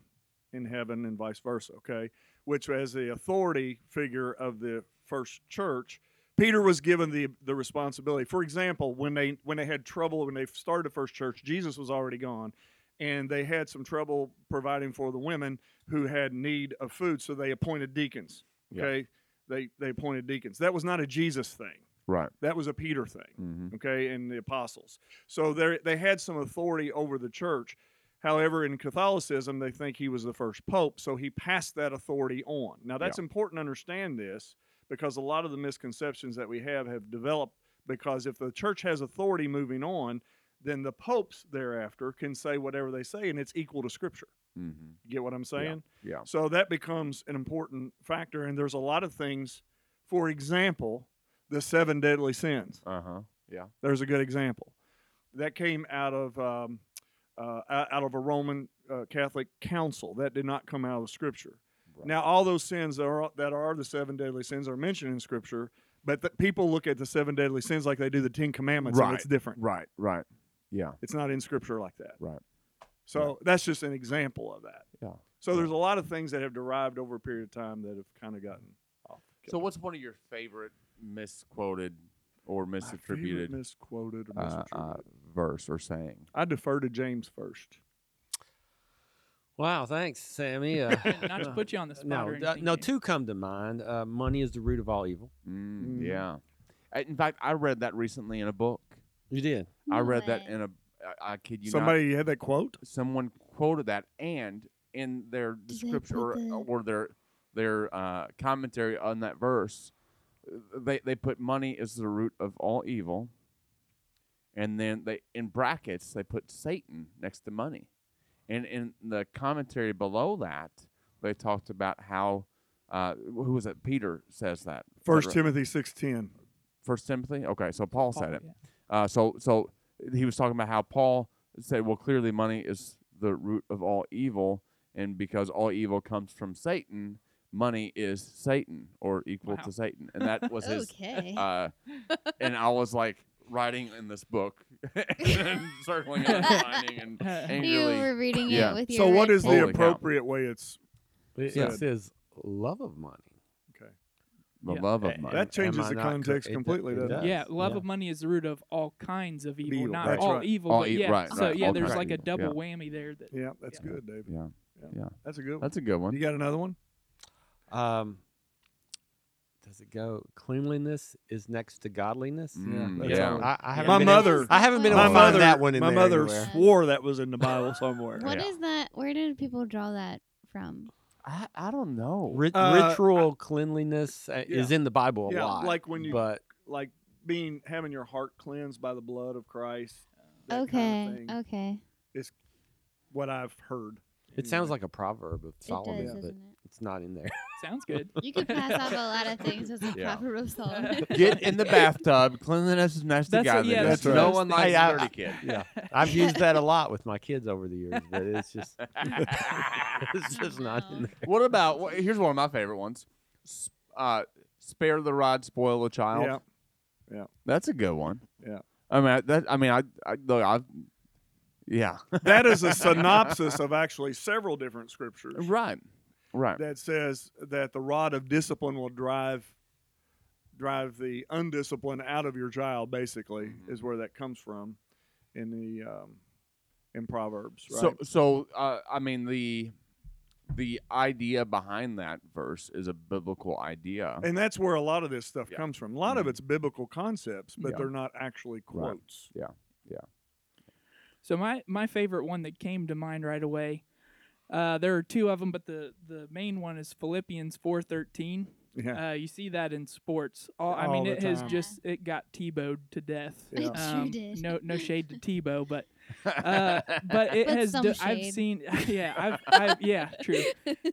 [SPEAKER 4] in heaven, and vice versa. Okay, which as the authority figure of the first church, Peter was given the the responsibility. For example, when they when they had trouble when they started the first church, Jesus was already gone, and they had some trouble providing for the women who had need of food. So they appointed deacons.
[SPEAKER 1] Yeah.
[SPEAKER 4] Okay, they they appointed deacons. That was not a Jesus thing.
[SPEAKER 1] Right.
[SPEAKER 4] That was a Peter thing
[SPEAKER 1] Mm-hmm.
[SPEAKER 4] okay, and the apostles. So they they had some authority over the church. However, in Catholicism, they think he was the first pope, so he passed that authority on. Now, that's important to understand this because a lot of the misconceptions that we have have developed because if the church has authority moving on, then the popes thereafter can say whatever they say, and it's equal to Scripture.
[SPEAKER 1] Mm-hmm.
[SPEAKER 4] You get what I'm saying?
[SPEAKER 1] yeah.
[SPEAKER 4] So that becomes an important factor, and there's a lot of things. For example, the seven deadly sins.
[SPEAKER 1] Uh huh.
[SPEAKER 4] There's a good example that came out of um, uh, out out of a Roman uh, Catholic council. That did not come out of Scripture.
[SPEAKER 1] Right.
[SPEAKER 4] Now, all those sins that are that are the seven deadly sins are mentioned in Scripture, but the, people look at the seven deadly sins like they do the Ten Commandments, and it's different.
[SPEAKER 1] Right. Right. Yeah.
[SPEAKER 4] It's not in Scripture like that.
[SPEAKER 1] Right.
[SPEAKER 4] So that's just an example of that.
[SPEAKER 1] Yeah.
[SPEAKER 4] So there's a lot of things that have derived over a period of time that have kind of gotten off.
[SPEAKER 1] So, what's one of your favorite misquoted or
[SPEAKER 4] My favorite
[SPEAKER 1] misattributed
[SPEAKER 4] misquoted, or
[SPEAKER 1] uh, uh,
[SPEAKER 4] misattributed.
[SPEAKER 1] verse or saying?
[SPEAKER 4] I defer to James first.
[SPEAKER 6] Wow, thanks, Sammy. Uh,
[SPEAKER 2] Not to put you on the spot.
[SPEAKER 6] no,
[SPEAKER 2] or
[SPEAKER 6] uh,
[SPEAKER 2] anything,
[SPEAKER 6] no,
[SPEAKER 2] James.
[SPEAKER 6] two come to mind. Uh, money is the root of all evil.
[SPEAKER 1] Mm,
[SPEAKER 4] Mm.
[SPEAKER 1] Yeah. Uh, In fact, I read that recently in a book.
[SPEAKER 6] You did.
[SPEAKER 1] I
[SPEAKER 3] No
[SPEAKER 1] read that
[SPEAKER 3] way.
[SPEAKER 1] in a. I, I kid you not.
[SPEAKER 4] Somebody had that quote.
[SPEAKER 1] someone quoted that and in their
[SPEAKER 3] they
[SPEAKER 1] description
[SPEAKER 3] put
[SPEAKER 1] or, uh,
[SPEAKER 3] the-
[SPEAKER 1] or their their uh, commentary on that verse uh, they, they put money is the root of all evil and then they in brackets they put satan next to money and in the commentary below that they talked about how uh, who was it peter says that
[SPEAKER 4] First
[SPEAKER 1] Right.
[SPEAKER 4] Timothy six ten.
[SPEAKER 1] first timothy okay so paul said it
[SPEAKER 2] yeah.
[SPEAKER 1] uh, so so he was talking about how Paul said, well, clearly money is the root of all evil, and because all evil comes from Satan, money is Satan or equal
[SPEAKER 2] Wow.
[SPEAKER 1] to Satan, and that was his.
[SPEAKER 3] Okay.
[SPEAKER 1] Uh, and I was like writing in this book, and circling and underlining and
[SPEAKER 3] you
[SPEAKER 1] angrily.
[SPEAKER 3] were reading
[SPEAKER 1] yeah.
[SPEAKER 3] it with your
[SPEAKER 4] So what
[SPEAKER 3] red
[SPEAKER 4] is
[SPEAKER 1] Holy
[SPEAKER 4] the
[SPEAKER 1] cow.
[SPEAKER 4] appropriate way? It's
[SPEAKER 6] It,
[SPEAKER 4] Yeah.
[SPEAKER 6] it says love of money.
[SPEAKER 1] The
[SPEAKER 2] Yeah.
[SPEAKER 1] love of
[SPEAKER 6] A-
[SPEAKER 1] money.
[SPEAKER 4] That changes
[SPEAKER 6] am I
[SPEAKER 4] the
[SPEAKER 6] not cor-
[SPEAKER 4] context
[SPEAKER 6] it do-
[SPEAKER 4] completely,
[SPEAKER 6] it
[SPEAKER 4] doesn't it?
[SPEAKER 6] does.
[SPEAKER 2] Yeah, love
[SPEAKER 6] Yeah.
[SPEAKER 2] of money is the root of all kinds of evil,
[SPEAKER 4] Evil,
[SPEAKER 2] not
[SPEAKER 4] that's
[SPEAKER 2] all
[SPEAKER 4] right.
[SPEAKER 2] evil.
[SPEAKER 1] All
[SPEAKER 2] but
[SPEAKER 1] e-
[SPEAKER 2] yeah,
[SPEAKER 1] right,
[SPEAKER 2] so
[SPEAKER 1] right,
[SPEAKER 2] yeah,
[SPEAKER 1] all
[SPEAKER 2] there's
[SPEAKER 1] kinds
[SPEAKER 2] like a
[SPEAKER 1] of-
[SPEAKER 2] double
[SPEAKER 1] yeah.
[SPEAKER 2] whammy there. That
[SPEAKER 4] yeah, that's
[SPEAKER 2] Yeah.
[SPEAKER 4] good, David.
[SPEAKER 1] yeah,
[SPEAKER 4] That's a good one.
[SPEAKER 1] that's a good one.
[SPEAKER 4] You got another one?
[SPEAKER 6] Um, does it go? Cleanliness is next to godliness.
[SPEAKER 1] Mm,
[SPEAKER 4] that's
[SPEAKER 1] yeah.
[SPEAKER 4] all.
[SPEAKER 6] I, I haven't
[SPEAKER 4] My
[SPEAKER 6] been
[SPEAKER 4] mother-
[SPEAKER 6] Able, I haven't been
[SPEAKER 3] My
[SPEAKER 6] able to
[SPEAKER 3] mother-
[SPEAKER 6] find that one in
[SPEAKER 4] my
[SPEAKER 6] there
[SPEAKER 4] mother
[SPEAKER 6] anywhere.
[SPEAKER 4] swore that was in the Bible somewhere.
[SPEAKER 3] What is
[SPEAKER 1] Yeah.
[SPEAKER 3] that? Where did people draw that from?
[SPEAKER 1] I, I don't know.
[SPEAKER 6] Ri-
[SPEAKER 4] Uh,
[SPEAKER 6] ritual cleanliness uh, is in the Bible a
[SPEAKER 4] Yeah,
[SPEAKER 6] lot.
[SPEAKER 4] like when you-
[SPEAKER 6] but
[SPEAKER 4] Like being having your heart cleansed by the blood of Christ. that
[SPEAKER 3] okay.
[SPEAKER 4] kind of thing,
[SPEAKER 3] Okay.
[SPEAKER 4] What I've heard.
[SPEAKER 6] it sounds
[SPEAKER 4] anyway.
[SPEAKER 6] like a proverb of Solomon,
[SPEAKER 3] it does,
[SPEAKER 6] but
[SPEAKER 3] doesn't it?
[SPEAKER 6] it's not in there.
[SPEAKER 2] sounds good.
[SPEAKER 3] You could pass off a lot of things as a
[SPEAKER 1] Yeah.
[SPEAKER 3] proper of Solomon.
[SPEAKER 1] Get in the bathtub. Cleanliness is next to
[SPEAKER 2] That's a- yeah,
[SPEAKER 1] godliness.
[SPEAKER 4] that's
[SPEAKER 1] No
[SPEAKER 4] right.
[SPEAKER 1] one
[SPEAKER 6] Hey,
[SPEAKER 1] likes
[SPEAKER 6] I-
[SPEAKER 1] dirty
[SPEAKER 6] I-
[SPEAKER 1] kid.
[SPEAKER 6] Yeah, I've used that a lot with my kids over the years, but it's just it's just not in
[SPEAKER 3] No.
[SPEAKER 6] there.
[SPEAKER 1] What about wh- here's one of my favorite ones. S- Uh, spare the rod, spoil the child.
[SPEAKER 4] Yeah.
[SPEAKER 1] That's a good one.
[SPEAKER 4] Yeah.
[SPEAKER 1] I mean, I- that. I mean, I. I look. I. Yeah.
[SPEAKER 4] that is a synopsis of actually several different scriptures
[SPEAKER 1] right. Right.
[SPEAKER 4] that says that the rod of discipline will drive drive the undisciplined out of your child. Basically,
[SPEAKER 1] Mm-hmm.
[SPEAKER 4] is where that comes from in the um, in Proverbs. Right?
[SPEAKER 1] So so uh, I mean the the idea behind that verse is a biblical idea.
[SPEAKER 4] And that's where a lot of this stuff
[SPEAKER 1] Yeah.
[SPEAKER 4] comes from. A lot of
[SPEAKER 1] Mhm.
[SPEAKER 4] it's biblical concepts, but
[SPEAKER 1] Yeah.
[SPEAKER 4] they're not actually
[SPEAKER 1] Right.
[SPEAKER 4] quotes.
[SPEAKER 2] So my my favorite one that came to mind right away. Uh, there are two of them, but the the main one is Philippians four thirteen.
[SPEAKER 4] Yeah.
[SPEAKER 2] Uh, you see that in sports. All, I
[SPEAKER 4] All
[SPEAKER 2] mean,
[SPEAKER 4] the
[SPEAKER 2] it has
[SPEAKER 4] time.
[SPEAKER 2] just it got T-bowed to death. Um,
[SPEAKER 4] Yeah.
[SPEAKER 3] It sure did.
[SPEAKER 2] No, no shade to Tebow, but uh, but it
[SPEAKER 3] But
[SPEAKER 2] has.
[SPEAKER 3] some
[SPEAKER 2] de- I've
[SPEAKER 3] shade.
[SPEAKER 2] seen. Yeah, I've, I've yeah, true.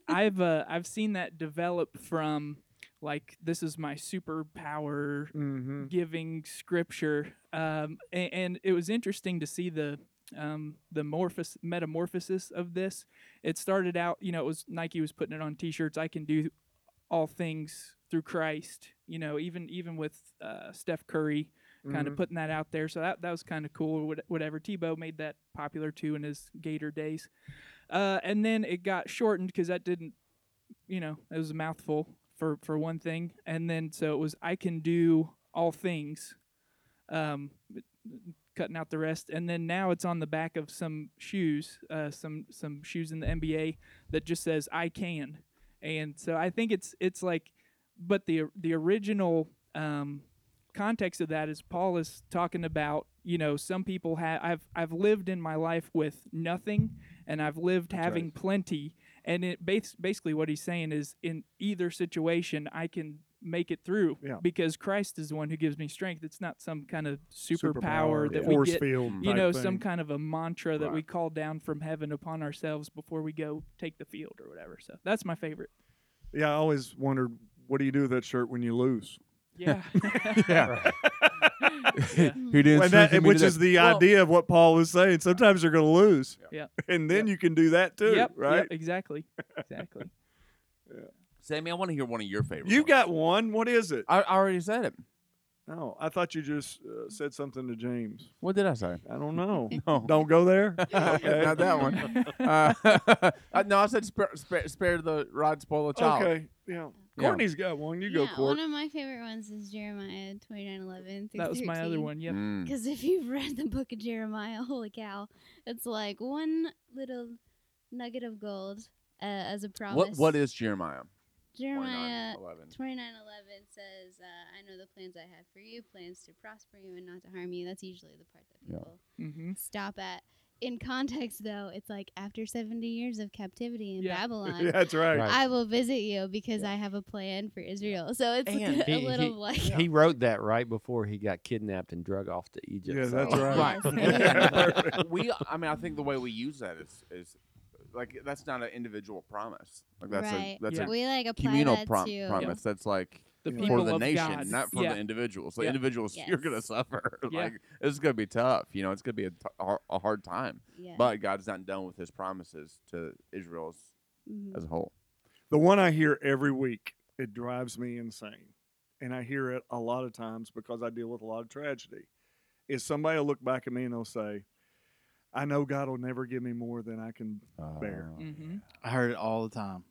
[SPEAKER 2] I've uh, I've seen that develop from like this is my superpower
[SPEAKER 4] Mm-hmm.
[SPEAKER 2] giving scripture, um, a- and, it was interesting to see the um, the morphos- metamorphosis of this. It started out, you know, it was Nike was putting it on T-shirts. I can do all things through Christ. You know, even even with uh, Steph Curry kind
[SPEAKER 4] Mm-hmm.
[SPEAKER 2] of putting that out there. So that, that was kind of cool. what- Whatever. Tebow made that popular too in his Gator days. Uh, and then it got shortened because that didn't, you know, it was a mouthful for, for one thing. And then so it was, I can do all things, um, cutting out the rest. And then now it's on the back of some shoes, uh, some, some shoes in the NBA that just says, I can. And so I think it's, it's like, but the, the original, um, context of that is Paul is talking about you know some people have I've I've lived in my life with nothing and I've lived having plenty and it bas- basically what he's saying is in either situation I can make it through
[SPEAKER 4] Yeah.
[SPEAKER 2] because Christ is the one who gives me strength. It's not some kind of superpower,
[SPEAKER 4] Mm-hmm. Superpower,
[SPEAKER 2] that we
[SPEAKER 4] force
[SPEAKER 2] get,
[SPEAKER 4] field,
[SPEAKER 2] you
[SPEAKER 4] type
[SPEAKER 2] know,
[SPEAKER 4] thing.
[SPEAKER 2] some kind of a mantra that
[SPEAKER 1] Right.
[SPEAKER 2] we call down from heaven upon ourselves before we go take the field or whatever. So that's my favorite.
[SPEAKER 4] Yeah, I always wondered what do you do with that shirt when you lose,
[SPEAKER 2] Yeah.
[SPEAKER 1] Yeah.
[SPEAKER 2] Yeah.
[SPEAKER 1] Who didn't
[SPEAKER 4] And that-
[SPEAKER 1] strengthen me
[SPEAKER 4] which
[SPEAKER 1] to
[SPEAKER 4] is the
[SPEAKER 2] Well-
[SPEAKER 4] idea of what Paul was saying. Sometimes you're going to lose,
[SPEAKER 2] Yeah.
[SPEAKER 4] and then you can do that too,
[SPEAKER 2] yep,
[SPEAKER 4] right?
[SPEAKER 2] Yep, exactly. Exactly.
[SPEAKER 1] Sammy, I want to hear one of your favorites.
[SPEAKER 4] You got one. What is it?
[SPEAKER 1] I, I already said it.
[SPEAKER 4] No, I thought you just uh, said something to James.
[SPEAKER 1] What did I say?
[SPEAKER 4] I don't know.
[SPEAKER 1] No,
[SPEAKER 4] don't go there. Ah, Okay.
[SPEAKER 1] not that one. Uh, uh, no, I said spare, spare, spare the rod, spoil the child.
[SPEAKER 4] Okay. Yeah.
[SPEAKER 1] Yeah.
[SPEAKER 4] Courtney's got one. You go,
[SPEAKER 3] yeah, one
[SPEAKER 4] Court.
[SPEAKER 3] of my favorite ones is Jeremiah twenty nine eleven through
[SPEAKER 2] That was my other one. Yep.
[SPEAKER 1] Mm.
[SPEAKER 3] Because if you've read the book of Jeremiah, holy cow, it's like one little nugget of gold uh, as a promise.
[SPEAKER 1] What What is Jeremiah?
[SPEAKER 3] Jeremiah
[SPEAKER 1] 11.
[SPEAKER 3] twenty nine eleven says, uh, "I know the plans I have for you, plans to prosper you and not to harm you." That's usually the part that
[SPEAKER 1] Yeah.
[SPEAKER 3] people
[SPEAKER 2] Mm-hmm.
[SPEAKER 3] stop at. In context, though, it's like after seventy years of captivity in
[SPEAKER 2] Yeah.
[SPEAKER 3] Babylon.
[SPEAKER 4] Yeah, that's right.
[SPEAKER 6] Right.
[SPEAKER 3] I will visit you because I have a plan for Israel. So it's
[SPEAKER 1] And
[SPEAKER 3] a
[SPEAKER 6] he,
[SPEAKER 3] little
[SPEAKER 6] he-
[SPEAKER 3] like
[SPEAKER 6] he wrote that right before he got kidnapped and drug off to Egypt.
[SPEAKER 4] Yeah,
[SPEAKER 6] so-
[SPEAKER 4] that's right.
[SPEAKER 1] Right.
[SPEAKER 4] Yes.
[SPEAKER 1] And Uh, we. I mean, I think the way we use that is is like that's not an individual promise. Like that's
[SPEAKER 3] Right.
[SPEAKER 1] a that's
[SPEAKER 2] Yeah.
[SPEAKER 1] a
[SPEAKER 3] we like apply
[SPEAKER 1] communal
[SPEAKER 3] that
[SPEAKER 1] prom-
[SPEAKER 3] to
[SPEAKER 1] promise. That's like
[SPEAKER 2] The
[SPEAKER 4] Yeah.
[SPEAKER 2] people
[SPEAKER 1] for the
[SPEAKER 2] of
[SPEAKER 1] nation,
[SPEAKER 2] God.
[SPEAKER 1] not for
[SPEAKER 2] yeah.
[SPEAKER 1] the individuals. The
[SPEAKER 2] Yeah.
[SPEAKER 1] individuals, you're
[SPEAKER 3] Yes.
[SPEAKER 1] gonna suffer.
[SPEAKER 2] Yeah.
[SPEAKER 1] like it's gonna be tough. You know, it's gonna be a, t- a har- a hard time.
[SPEAKER 3] Yeah.
[SPEAKER 1] But God's not done with His promises to Israel as,
[SPEAKER 3] Mhm.
[SPEAKER 1] as a whole.
[SPEAKER 4] The one I hear every week, it drives me insane. And I hear it a lot of times because I deal with a lot of tragedy. Is somebody will look back at me and they'll say, I know God will never give me more than I can. Bear.
[SPEAKER 1] Uh,
[SPEAKER 2] Mm-hmm.
[SPEAKER 5] I heard it all the time.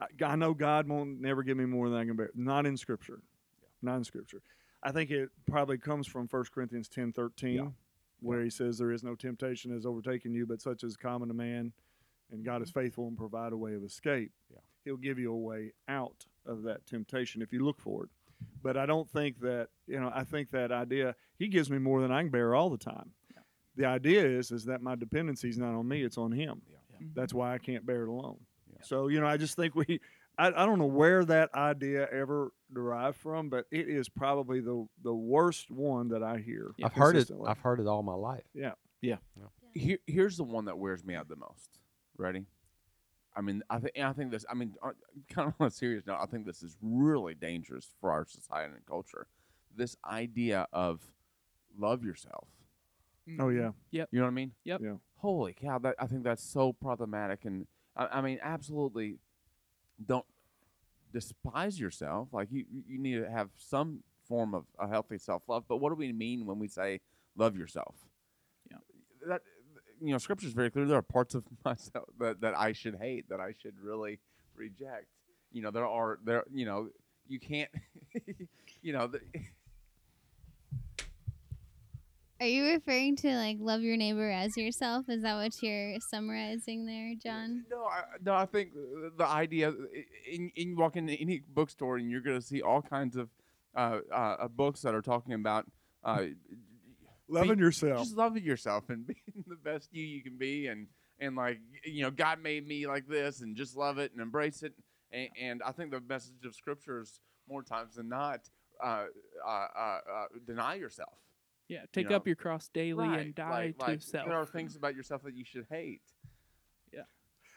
[SPEAKER 4] I, I know God won't never give me more than I can bear. Not in Scripture. Not in Scripture. I think it probably comes from 1 Corinthians ten thirteen,
[SPEAKER 1] Yeah.
[SPEAKER 4] where he says, There is no temptation that has overtaken you, but such is common to man. And God is faithful and provide a way of escape.
[SPEAKER 1] Mm-hmm. Yeah.
[SPEAKER 4] He'll give you a way out of that temptation if you look for it. But I don't think that, you know, I think that idea, he gives me more than I can bear all the time. The idea is is that my dependency is not on me, it's on him.
[SPEAKER 2] Mm-hmm.
[SPEAKER 4] That's why I can't bear it alone.
[SPEAKER 1] Yeah.
[SPEAKER 4] So, you know, I just think we, I, I don't know where that idea ever derived from, but it is probably the, the worst one that I hear.
[SPEAKER 6] I've heard it.
[SPEAKER 4] consistently.
[SPEAKER 6] I've heard it all my life.
[SPEAKER 1] Here, here's the one that wears me out the most. Ready? I mean, I think I think this. I mean, uh, kind of on a serious note, I think this is really dangerous for our society and culture. This idea of love yourself.
[SPEAKER 4] Oh,
[SPEAKER 2] Mm-hmm.
[SPEAKER 4] yeah.
[SPEAKER 1] You know what I mean?
[SPEAKER 2] Yep.
[SPEAKER 4] Yeah.
[SPEAKER 1] Holy cow! That I think that's so problematic, and I, I mean, absolutely, don't despise yourself. Like you, you- you need to have some form of a healthy self love. But what do we mean when we say love yourself?
[SPEAKER 2] Yeah.
[SPEAKER 1] That you know, Scripture is very clear. There are parts of myself that, that I should hate, that I should really reject. You know, there are there. You know, you can't. you know, the,
[SPEAKER 3] Are you referring to like love your neighbor as yourself? Is that what you're summarizing there, John?
[SPEAKER 1] No, I, no, I think the- the idea i- in, in you walk into any bookstore and you're going to see all kinds of uh, uh, uh, books that are talking about uh,
[SPEAKER 4] Loving yourself.
[SPEAKER 1] just loving yourself and being the best you you can be, and and like you know, God made me like this, and just love it and embrace it. And, and I think the message of Scripture is more times than not uh, uh, uh, uh, deny yourself.
[SPEAKER 2] Yeah. Take
[SPEAKER 1] know.
[SPEAKER 2] up your cross daily and die
[SPEAKER 1] like- like,
[SPEAKER 2] to self.
[SPEAKER 1] There are things about yourself that you should hate.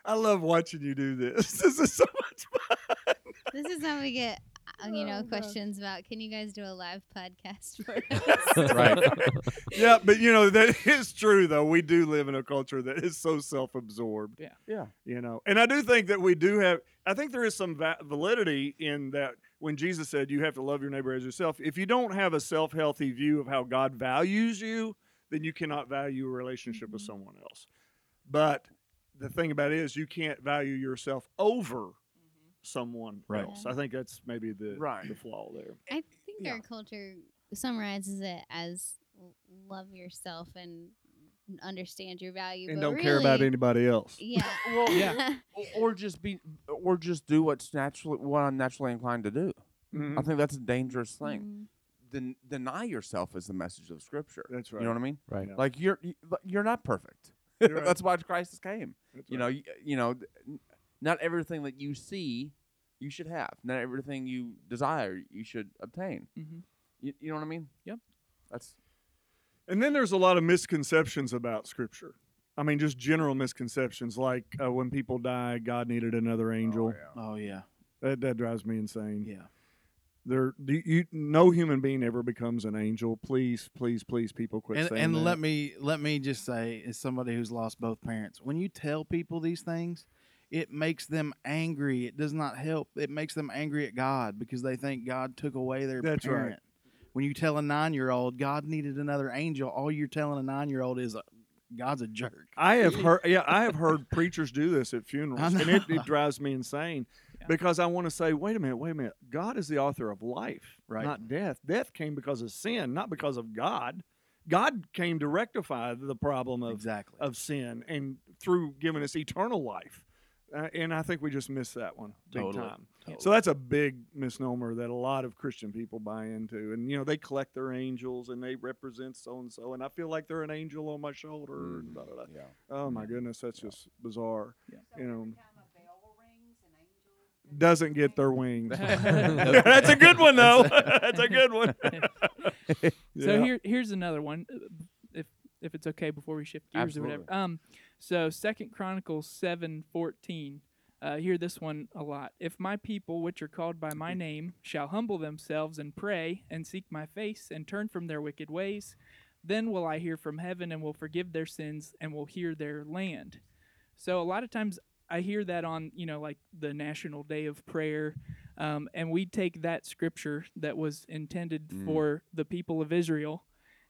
[SPEAKER 4] I love watching you do this. This is so much fun.
[SPEAKER 3] This is how we get, uh, you
[SPEAKER 4] Oh,
[SPEAKER 3] know,
[SPEAKER 4] God.
[SPEAKER 3] questions about can you guys do a live podcast for us?
[SPEAKER 6] Right.
[SPEAKER 4] Yeah, but you know, that is true, though. We do live in a culture that is so self absorbed.
[SPEAKER 2] Yeah.
[SPEAKER 1] Yeah.
[SPEAKER 4] You know, and I do think that we do have, I think there is some va- validity in that when Jesus said, you have to love your neighbor as yourself. If you don't have a self healthy view of how God values you, then you cannot value a relationship with someone else. But the thing about it is, you can't value yourself over
[SPEAKER 2] Mm-hmm.
[SPEAKER 4] someone
[SPEAKER 5] Right.
[SPEAKER 4] else. I think that's maybe the,
[SPEAKER 1] Right.
[SPEAKER 4] the flaw there.
[SPEAKER 3] I think
[SPEAKER 1] yeah.
[SPEAKER 3] our culture summarizes it as l- love yourself and understand your value,
[SPEAKER 4] And
[SPEAKER 3] but
[SPEAKER 4] don't
[SPEAKER 3] really,
[SPEAKER 4] care about anybody else.
[SPEAKER 3] Yeah.
[SPEAKER 1] Well,
[SPEAKER 2] Yeah.
[SPEAKER 1] or, or just be or just do what's naturally what I'm naturally inclined to do.
[SPEAKER 4] Mm-hmm.
[SPEAKER 1] I think that's a dangerous thing.
[SPEAKER 3] Mhm.
[SPEAKER 1] Den- deny yourself is the message of Scripture.
[SPEAKER 4] That's right.
[SPEAKER 1] You know what I mean?
[SPEAKER 6] Right.
[SPEAKER 4] Yeah.
[SPEAKER 1] Like you're you- like, you're not perfect.
[SPEAKER 4] You're right.
[SPEAKER 1] that's why Christ came.
[SPEAKER 4] That's
[SPEAKER 1] You
[SPEAKER 4] right.
[SPEAKER 1] know. You, you know. th- n- Not everything that you see, you should have. Not everything you desire, you should obtain.
[SPEAKER 2] hmm
[SPEAKER 1] You, you know what I mean?
[SPEAKER 2] Yep.
[SPEAKER 1] That's
[SPEAKER 4] And then there's a lot of misconceptions about Scripture. I mean, just general misconceptions, like uh, when people die, God needed another angel.
[SPEAKER 5] Oh yeah,
[SPEAKER 4] That that drives me insane.
[SPEAKER 5] yeah.
[SPEAKER 4] There, do you no human being ever becomes an angel. Please, please, please, people, quit
[SPEAKER 5] and,
[SPEAKER 4] saying
[SPEAKER 5] and
[SPEAKER 4] that.
[SPEAKER 5] let me let me just say as somebody who's lost both parents when you tell people these things it makes them angry it does not help it makes them angry at god because they think god took away their
[SPEAKER 4] That's right.
[SPEAKER 5] parent when you tell a nine-year-old god needed another angel all you're telling a nine-year-old is uh, god's a jerk
[SPEAKER 4] I have heard, yeah, I have heard preachers do this at funerals,
[SPEAKER 5] I
[SPEAKER 4] and it,
[SPEAKER 5] know.
[SPEAKER 4] it drives me insane
[SPEAKER 2] Yeah.
[SPEAKER 4] because I want to say, wait a minute, wait a minute. God is the author of life,
[SPEAKER 5] Right.
[SPEAKER 4] Not death. Death came because of sin, not because of God. God came to rectify the problem of
[SPEAKER 5] exactly
[SPEAKER 4] of sin and through giving us eternal life. Uh, and I think we just missed that one big
[SPEAKER 5] Totally.
[SPEAKER 4] time. So that's a big misnomer that a lot of Christian people buy into. And, you know, they collect their angels and they represent so and so. And I feel like they're an angel on my shoulder. and da, da, da.
[SPEAKER 1] yeah.
[SPEAKER 4] Oh, my goodness. That's just bizarre.
[SPEAKER 7] So
[SPEAKER 4] You know.
[SPEAKER 7] every time a bell rings, an angel
[SPEAKER 4] Doesn't get their wings.
[SPEAKER 2] That's-
[SPEAKER 4] that's a good one, though. that's a good one.
[SPEAKER 2] So
[SPEAKER 4] Yeah.
[SPEAKER 2] here, here's another one, uh, if if it's okay before we shift gears or
[SPEAKER 1] Absolutely.
[SPEAKER 2] whatever. Um, so Second Chronicles seven fourteen. Uh, I hear this one a lot. If my people, which are called by my name, shall humble themselves and pray and seek my face and turn from their wicked ways, then will I hear from heaven and will forgive their sins and will hear their land. So a lot of times I hear that on you know like the National Day of Prayer, um, and we take that scripture that was intended
[SPEAKER 1] Mm.
[SPEAKER 2] for the people of Israel,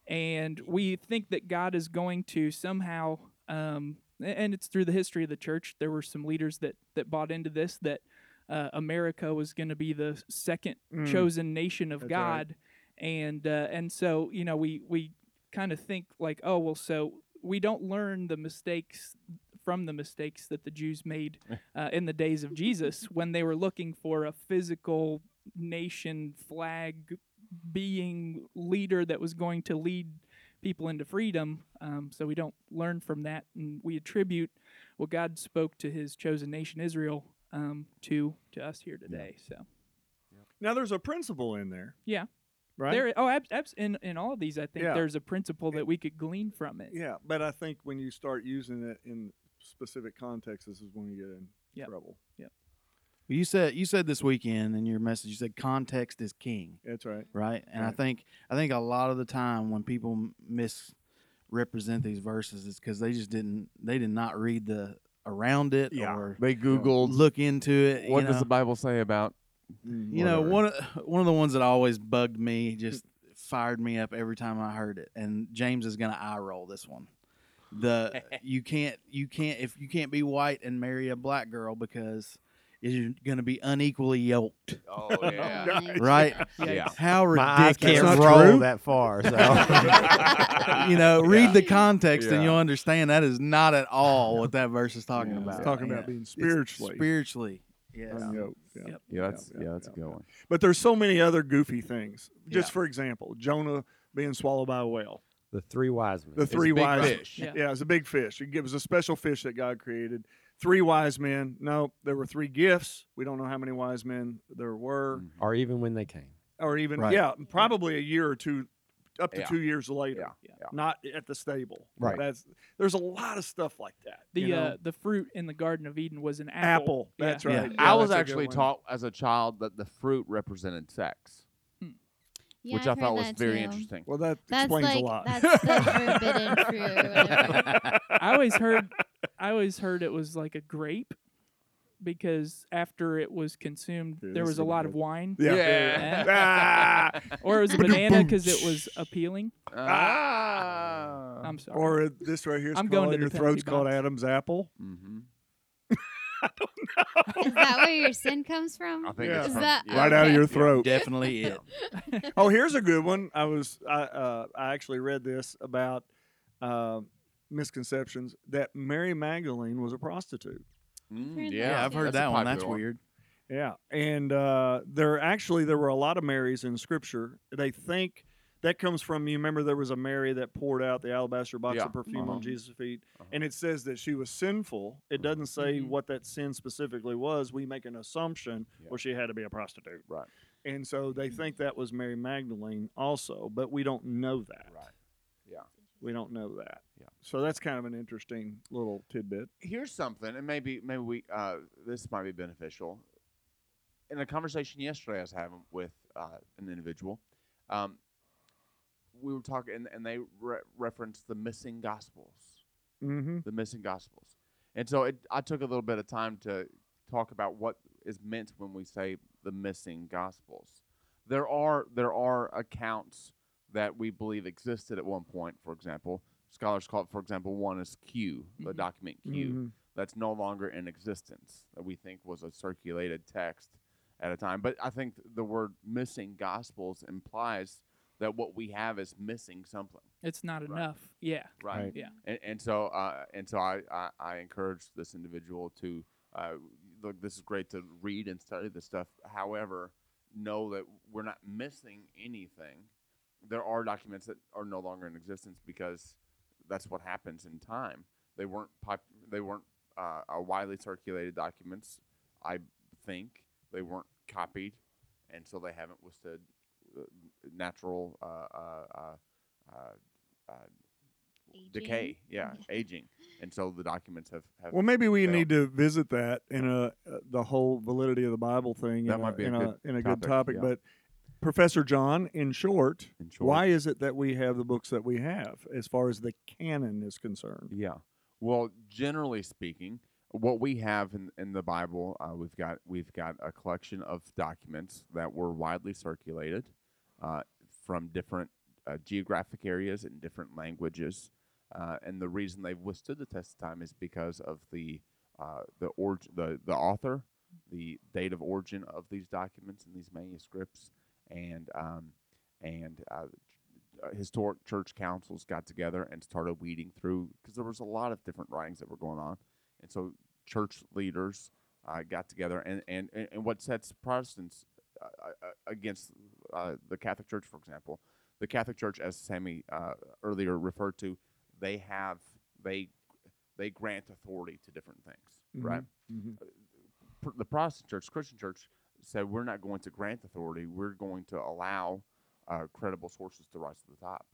[SPEAKER 2] and we think that God is going to somehow, um, a- and it's through the history of the church. There were some leaders that that bought into this that uh, America was going to be the second
[SPEAKER 4] Mm.
[SPEAKER 2] chosen nation of
[SPEAKER 4] That's right.
[SPEAKER 2] God, and uh, and so you know we we kind of think like oh well so we don't learn the mistakes from the mistakes that the Jews made uh, in the days of Jesus when they were looking for a physical nation flag being leader that was going to lead people into freedom. Um, so we don't learn from that, and we attribute what God spoke to His chosen nation Israel um, to to us here today. So
[SPEAKER 4] Now, there's a principle in there.
[SPEAKER 2] Yeah.
[SPEAKER 4] Right?
[SPEAKER 2] there, oh, abs- abs- in in all of these, I think
[SPEAKER 4] Yeah.
[SPEAKER 2] there's a principle that we could glean from it.
[SPEAKER 4] Yeah, but I think when you start using it in specific contexts, this is when you get in
[SPEAKER 2] Yep.
[SPEAKER 4] trouble.
[SPEAKER 5] Well, you said you said this weekend in your message you said context is king
[SPEAKER 4] That's right.
[SPEAKER 5] right? And I
[SPEAKER 4] Right.
[SPEAKER 5] think I think a lot of the time when people m- misrepresent these verses, it's because they just didn't they did not read the around it
[SPEAKER 4] Yeah.
[SPEAKER 5] or
[SPEAKER 1] They Googled
[SPEAKER 5] look into it.
[SPEAKER 1] what
[SPEAKER 5] you
[SPEAKER 1] does
[SPEAKER 5] know,
[SPEAKER 1] the Bible say about
[SPEAKER 5] you know
[SPEAKER 1] whatever.
[SPEAKER 5] one of, one of the ones that always bugged me just fired me up every time I heard it. And James is gonna eye roll this one. The you can't you can't if you can't be white and marry a black girl because you're gonna be unequally yoked,
[SPEAKER 1] Oh
[SPEAKER 3] yeah.
[SPEAKER 5] right?
[SPEAKER 1] Yeah.
[SPEAKER 5] How ridiculous!
[SPEAKER 6] My eyes can't
[SPEAKER 4] That's not
[SPEAKER 6] roll
[SPEAKER 4] true.
[SPEAKER 6] that far. So
[SPEAKER 5] you know,
[SPEAKER 1] Yeah.
[SPEAKER 5] read the context and
[SPEAKER 1] Yeah.
[SPEAKER 5] you'll understand that is not at all what that verse is talking
[SPEAKER 1] Yeah.
[SPEAKER 5] about.
[SPEAKER 4] It's talking
[SPEAKER 5] Yeah.
[SPEAKER 4] about being
[SPEAKER 5] It's
[SPEAKER 4] spiritually.
[SPEAKER 5] spiritually. Yes.
[SPEAKER 4] unyoked, yeah.
[SPEAKER 2] Yep.
[SPEAKER 1] Yeah, that's
[SPEAKER 4] Yeah,
[SPEAKER 1] yeah,
[SPEAKER 4] yeah,
[SPEAKER 1] that's a
[SPEAKER 4] yeah,
[SPEAKER 1] good one.
[SPEAKER 4] But there's so many other goofy things. Just
[SPEAKER 5] Yeah.
[SPEAKER 4] for example, Jonah being swallowed by a whale.
[SPEAKER 6] the three wise men.
[SPEAKER 4] The three
[SPEAKER 1] big
[SPEAKER 4] wise
[SPEAKER 1] fish.
[SPEAKER 4] Yeah.
[SPEAKER 2] Yeah.
[SPEAKER 4] it was a big fish. It was a special fish that God created. Three wise men. No, there were three gifts. We don't know how many wise men there were,
[SPEAKER 1] Mhm.
[SPEAKER 6] or even when they came.
[SPEAKER 4] or even
[SPEAKER 5] Right.
[SPEAKER 4] yeah, probably a year or two, up to
[SPEAKER 1] Yeah.
[SPEAKER 4] two years later.
[SPEAKER 1] Yeah, yeah.
[SPEAKER 4] Not at the stable.
[SPEAKER 6] Right.
[SPEAKER 4] That's there's a lot of stuff like that.
[SPEAKER 2] The
[SPEAKER 4] you know?
[SPEAKER 2] uh, the fruit in the Garden of Eden was an apple.
[SPEAKER 4] apple.
[SPEAKER 2] Yeah.
[SPEAKER 4] That's
[SPEAKER 5] Yeah.
[SPEAKER 4] right. Yeah,
[SPEAKER 1] I was
[SPEAKER 4] that's a good
[SPEAKER 1] actually
[SPEAKER 4] one.
[SPEAKER 1] taught as a child that the fruit represented sex,
[SPEAKER 3] Yeah,
[SPEAKER 1] which
[SPEAKER 3] I've
[SPEAKER 1] I thought
[SPEAKER 3] heard
[SPEAKER 1] was
[SPEAKER 3] that
[SPEAKER 1] very
[SPEAKER 3] too.
[SPEAKER 1] interesting.
[SPEAKER 4] Well, that
[SPEAKER 3] That's
[SPEAKER 4] explains
[SPEAKER 3] like
[SPEAKER 4] a lot.
[SPEAKER 3] that's the forbidden fruit. or whatever.
[SPEAKER 2] I always heard I always heard it was like a grape because after it was consumed
[SPEAKER 4] Dude,
[SPEAKER 2] there
[SPEAKER 4] this
[SPEAKER 2] was
[SPEAKER 4] is
[SPEAKER 2] a
[SPEAKER 4] gonna
[SPEAKER 2] lot
[SPEAKER 4] be
[SPEAKER 2] of wine.
[SPEAKER 4] Yeah.
[SPEAKER 1] Yeah.
[SPEAKER 4] Ah,
[SPEAKER 2] Or it was a banana because it was appealing.
[SPEAKER 1] Ah.
[SPEAKER 2] I'm sorry.
[SPEAKER 4] or uh, this right here is
[SPEAKER 2] I'm
[SPEAKER 4] called,
[SPEAKER 2] going to
[SPEAKER 4] your
[SPEAKER 2] the penalty
[SPEAKER 4] throat's called
[SPEAKER 2] box.
[SPEAKER 4] Adam's apple.
[SPEAKER 1] hmm
[SPEAKER 3] Is that where your sin comes from?
[SPEAKER 1] I think
[SPEAKER 4] Yeah.
[SPEAKER 1] it's
[SPEAKER 3] Is
[SPEAKER 1] from-
[SPEAKER 3] that-
[SPEAKER 1] yeah.
[SPEAKER 4] Right out of
[SPEAKER 3] Okay.
[SPEAKER 4] your throat.
[SPEAKER 5] Definitely it.
[SPEAKER 4] oh, here's a good one. I was I uh, I actually read this about uh, misconceptions that Mary Magdalene was a prostitute.
[SPEAKER 1] Mm,
[SPEAKER 3] Yeah,
[SPEAKER 1] yeah,
[SPEAKER 5] Yeah, I've
[SPEAKER 3] Yeah.
[SPEAKER 5] heard
[SPEAKER 1] that's a
[SPEAKER 5] that one.
[SPEAKER 1] popular
[SPEAKER 5] That's weird.
[SPEAKER 4] Yeah, and uh, there actually there were a lot of Marys in Scripture. They think That comes from you remember there was a Mary that poured out the alabaster box
[SPEAKER 1] Yeah,
[SPEAKER 4] of perfume
[SPEAKER 1] uh-huh.
[SPEAKER 4] on Jesus' feet,
[SPEAKER 1] Uh-huh.
[SPEAKER 4] and it says that she was sinful. It doesn't say
[SPEAKER 2] Mhm.
[SPEAKER 4] what that sin specifically was. We make an assumption
[SPEAKER 1] Yeah.
[SPEAKER 4] where she had to be a prostitute,
[SPEAKER 1] Right.
[SPEAKER 4] And so they think that was Mary Magdalene also, but we don't know that.
[SPEAKER 1] Right.
[SPEAKER 4] We don't know that.
[SPEAKER 1] Yeah.
[SPEAKER 4] So that's kind of an interesting little tidbit.
[SPEAKER 1] here's something, and maybe maybe we uh, this might be beneficial. In a conversation yesterday, I was having with uh, an individual, um, we were talking, and, and they re- referenced the missing gospels
[SPEAKER 4] Mm-hmm.
[SPEAKER 1] the missing gospels and so it, i took a little bit of time to talk about what is meant when we say the missing gospels there are there are accounts that we believe existed at one point for example scholars call it for example one is q the
[SPEAKER 2] Mhm.
[SPEAKER 1] document
[SPEAKER 4] Mm-hmm.
[SPEAKER 1] q that's no longer in existence that we think was a circulated text at a time but i think the word missing gospels implies that what we have is missing something
[SPEAKER 2] It's not
[SPEAKER 1] Right.
[SPEAKER 2] enough. Yeah.
[SPEAKER 1] right
[SPEAKER 2] Yeah.
[SPEAKER 1] and, and so uh, and so I, I I encourage this individual to uh, look. This is great to read and study this stuff. However, know that we're not missing anything. There are documents that are no longer in existence because that's what happens in time. They weren't pop, they weren't uh, uh, widely circulated documents. I think they weren't copied, and so they haven't withstood uh, natural uh, uh, uh, uh, uh, decay. Yeah, aging, and so the documents have. have
[SPEAKER 4] Well, maybe we
[SPEAKER 1] failed.
[SPEAKER 4] need to visit that in a uh, the whole validity of the Bible thing.
[SPEAKER 1] That
[SPEAKER 4] in
[SPEAKER 1] might be a
[SPEAKER 4] in
[SPEAKER 1] good
[SPEAKER 4] in a good
[SPEAKER 1] topic,
[SPEAKER 4] topic.
[SPEAKER 1] yeah.
[SPEAKER 4] But Professor John, in short,
[SPEAKER 1] In short.
[SPEAKER 4] why is it that we have the books that we have as far as the canon is concerned?
[SPEAKER 1] Yeah. Well, generally speaking, what we have in, in the Bible, uh, we've got we've got a collection of documents that were widely circulated uh, from different uh, geographic areas and different languages, uh, and the reason they've withstood the test of time is because of the uh, the origin, the the author, the date of origin of these documents and these manuscripts, and um, and uh, uh, historic church councils got together and started weeding through because there was a lot of different writings that were going on, and so church leaders uh, got together and and and and what sets Protestants uh, uh, against uh, the Catholic Church, for example, the Catholic Church, as Sammy uh, earlier referred to, they have they they grant authority to different things, right? Mm-hmm. pr- the Protestant church, Christian church, said we're not going to grant authority. We're going to allow uh, credible sources to rise to the top.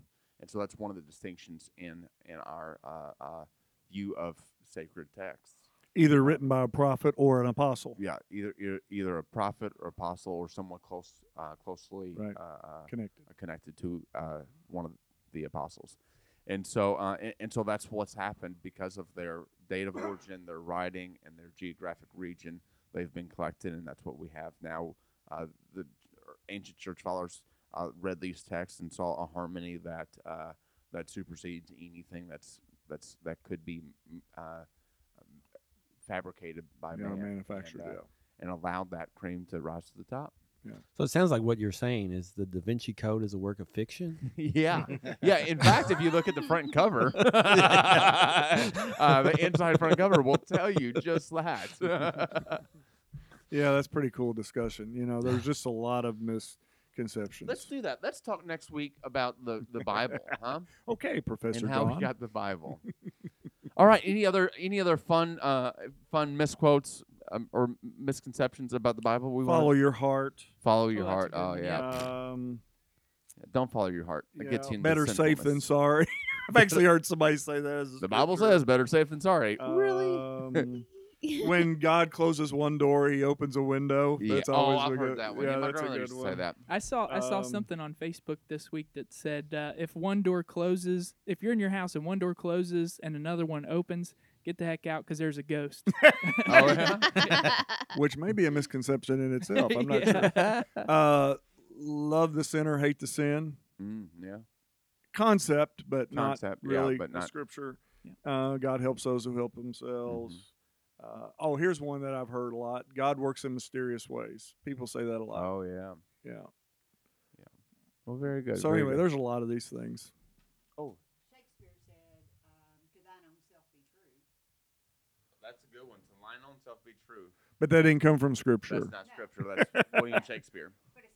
[SPEAKER 1] And so that's one of the distinctions in in our uh, uh, view of sacred texts.
[SPEAKER 4] Either written by a prophet or an apostle.
[SPEAKER 1] Yeah, either either, either a prophet or apostle or someone close uh, closely
[SPEAKER 4] Right.
[SPEAKER 1] uh, uh,
[SPEAKER 4] Connected.
[SPEAKER 1] are connected to uh, one of the apostles, and so uh, and, and so that's what's happened because of their date of origin, their writing, and their geographic region. They've been collected, and that's what we have now. Uh, the ancient church fathers uh, read these texts and saw a harmony that uh, that supersedes anything that's that's that could be mm, uh, fabricated by
[SPEAKER 4] Yeah,
[SPEAKER 1] man,
[SPEAKER 4] manufactured.
[SPEAKER 1] and, uh, and allowed that cream to rise to the top.
[SPEAKER 6] So it sounds like what you're saying is the Da Vinci Code is a work of fiction.
[SPEAKER 1] Yeah, yeah. In fact, if you look at the front cover, uh, the inside front cover will tell you just that.
[SPEAKER 4] yeah. yeah, that's pretty cool discussion. You know, there's just a lot of misconceptions.
[SPEAKER 1] Let's do that. Let's talk next week about the the Bible, huh?
[SPEAKER 4] okay, Professor
[SPEAKER 1] and how
[SPEAKER 4] John.
[SPEAKER 1] we got the Bible. All right. Any other any other fun uh, fun misquotes um, or misconceptions about the Bible? We
[SPEAKER 4] Follow
[SPEAKER 1] want
[SPEAKER 4] your heart.
[SPEAKER 1] follow your
[SPEAKER 2] Oh, that's
[SPEAKER 1] heart.
[SPEAKER 2] a good
[SPEAKER 1] Oh
[SPEAKER 2] one,
[SPEAKER 1] yeah.
[SPEAKER 4] Um,
[SPEAKER 1] Don't follow your heart. It gets
[SPEAKER 4] yeah,
[SPEAKER 1] you into
[SPEAKER 4] better safe than
[SPEAKER 1] sinfulness.
[SPEAKER 4] sorry. I've actually heard somebody say that. as a
[SPEAKER 1] The Bible
[SPEAKER 4] scripture.
[SPEAKER 1] says, "Better safe than sorry."
[SPEAKER 4] Oh,
[SPEAKER 1] really?
[SPEAKER 4] Um, when God closes one door, He opens a window. That's
[SPEAKER 1] yeah.
[SPEAKER 4] always
[SPEAKER 1] oh, I've
[SPEAKER 4] a
[SPEAKER 1] heard
[SPEAKER 4] good,
[SPEAKER 1] that one.
[SPEAKER 4] Yeah,
[SPEAKER 1] Yeah, my
[SPEAKER 4] that's a
[SPEAKER 1] grandmother
[SPEAKER 4] good
[SPEAKER 1] used to say
[SPEAKER 4] one.
[SPEAKER 1] that.
[SPEAKER 2] I saw I saw
[SPEAKER 4] Um,
[SPEAKER 2] something on Facebook this week that said uh, if one door closes, if you're in your house and one door closes and another one opens, get the heck out because there's a ghost.
[SPEAKER 1] Oh, yeah?
[SPEAKER 4] Which may be a misconception in itself. I'm not
[SPEAKER 2] Yeah.
[SPEAKER 4] sure. Uh, love the sinner, hate the sin
[SPEAKER 1] Mm, yeah.
[SPEAKER 4] concept, but
[SPEAKER 1] Concept,
[SPEAKER 4] not
[SPEAKER 1] yeah,
[SPEAKER 4] really
[SPEAKER 1] but
[SPEAKER 4] the
[SPEAKER 1] not-
[SPEAKER 4] scripture.
[SPEAKER 2] Yeah.
[SPEAKER 4] Uh, God helps those who help themselves.
[SPEAKER 1] Mm-hmm.
[SPEAKER 4] Uh, oh, here's one that I've heard a lot. God works in mysterious ways. People say that a lot.
[SPEAKER 1] Oh yeah.
[SPEAKER 4] Yeah.
[SPEAKER 1] Well, very good.
[SPEAKER 4] So
[SPEAKER 1] very
[SPEAKER 4] anyway,
[SPEAKER 1] good.
[SPEAKER 4] there's a lot of these things.
[SPEAKER 1] Oh,
[SPEAKER 7] Shakespeare said, um, "To thine own self be true."
[SPEAKER 1] that's a good one. To line on self be true.
[SPEAKER 4] But that didn't come from scripture.
[SPEAKER 1] That's not scripture. That's William Shakespeare.
[SPEAKER 7] But it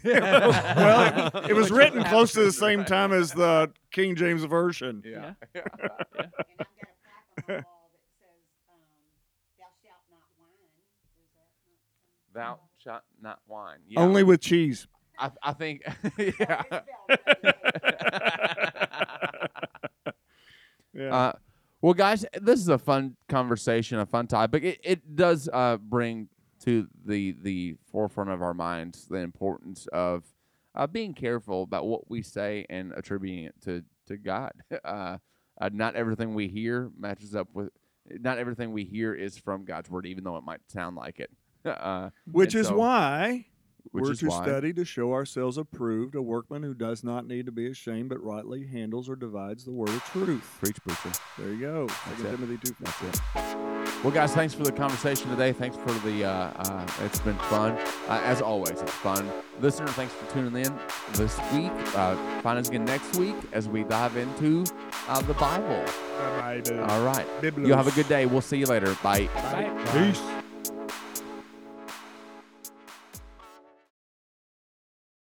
[SPEAKER 7] says thy.
[SPEAKER 4] well, it, it was
[SPEAKER 2] Which
[SPEAKER 4] written
[SPEAKER 2] is
[SPEAKER 4] close to the
[SPEAKER 1] absolutely
[SPEAKER 4] same
[SPEAKER 1] right.
[SPEAKER 4] time as the King James version.
[SPEAKER 1] Yeah.
[SPEAKER 7] And I've got a plaque on my wall that says, um, thou shalt not whine. Is
[SPEAKER 1] Thou shalt not
[SPEAKER 7] that not?
[SPEAKER 1] wine.
[SPEAKER 4] Only with cheese.
[SPEAKER 1] I, I think.
[SPEAKER 7] Well,
[SPEAKER 1] yeah.
[SPEAKER 7] it's spelled right.
[SPEAKER 4] Yeah.
[SPEAKER 1] Uh, well, guys, this is a fun conversation, a fun topic. It, it does uh, bring to the the forefront of our minds the importance of uh, being careful about what we say and attributing it to to God. Uh, uh, not everything we hear matches up with. Not everything we hear is from God's word, even though it might sound like it. uh,
[SPEAKER 4] Which
[SPEAKER 1] and
[SPEAKER 4] is
[SPEAKER 1] so-
[SPEAKER 4] why
[SPEAKER 1] which
[SPEAKER 4] we're
[SPEAKER 1] is
[SPEAKER 4] to
[SPEAKER 1] why.
[SPEAKER 4] study to show ourselves approved, a workman who does not need to be ashamed, but rightly handles or divides the word of truth.
[SPEAKER 1] Preach, preacher.
[SPEAKER 4] There you go. Second
[SPEAKER 1] it.
[SPEAKER 4] Timothy two.
[SPEAKER 1] That's it. Well, guys, thanks for the conversation today. Thanks for the. Uh, uh, it's been fun, uh, as always. It's fun, listener. Thanks for tuning in this week. Uh, find us again next week as we dive into uh, the Bible. All right. You have a good day. We'll see you later. Bye.
[SPEAKER 2] Bye.
[SPEAKER 4] Peace.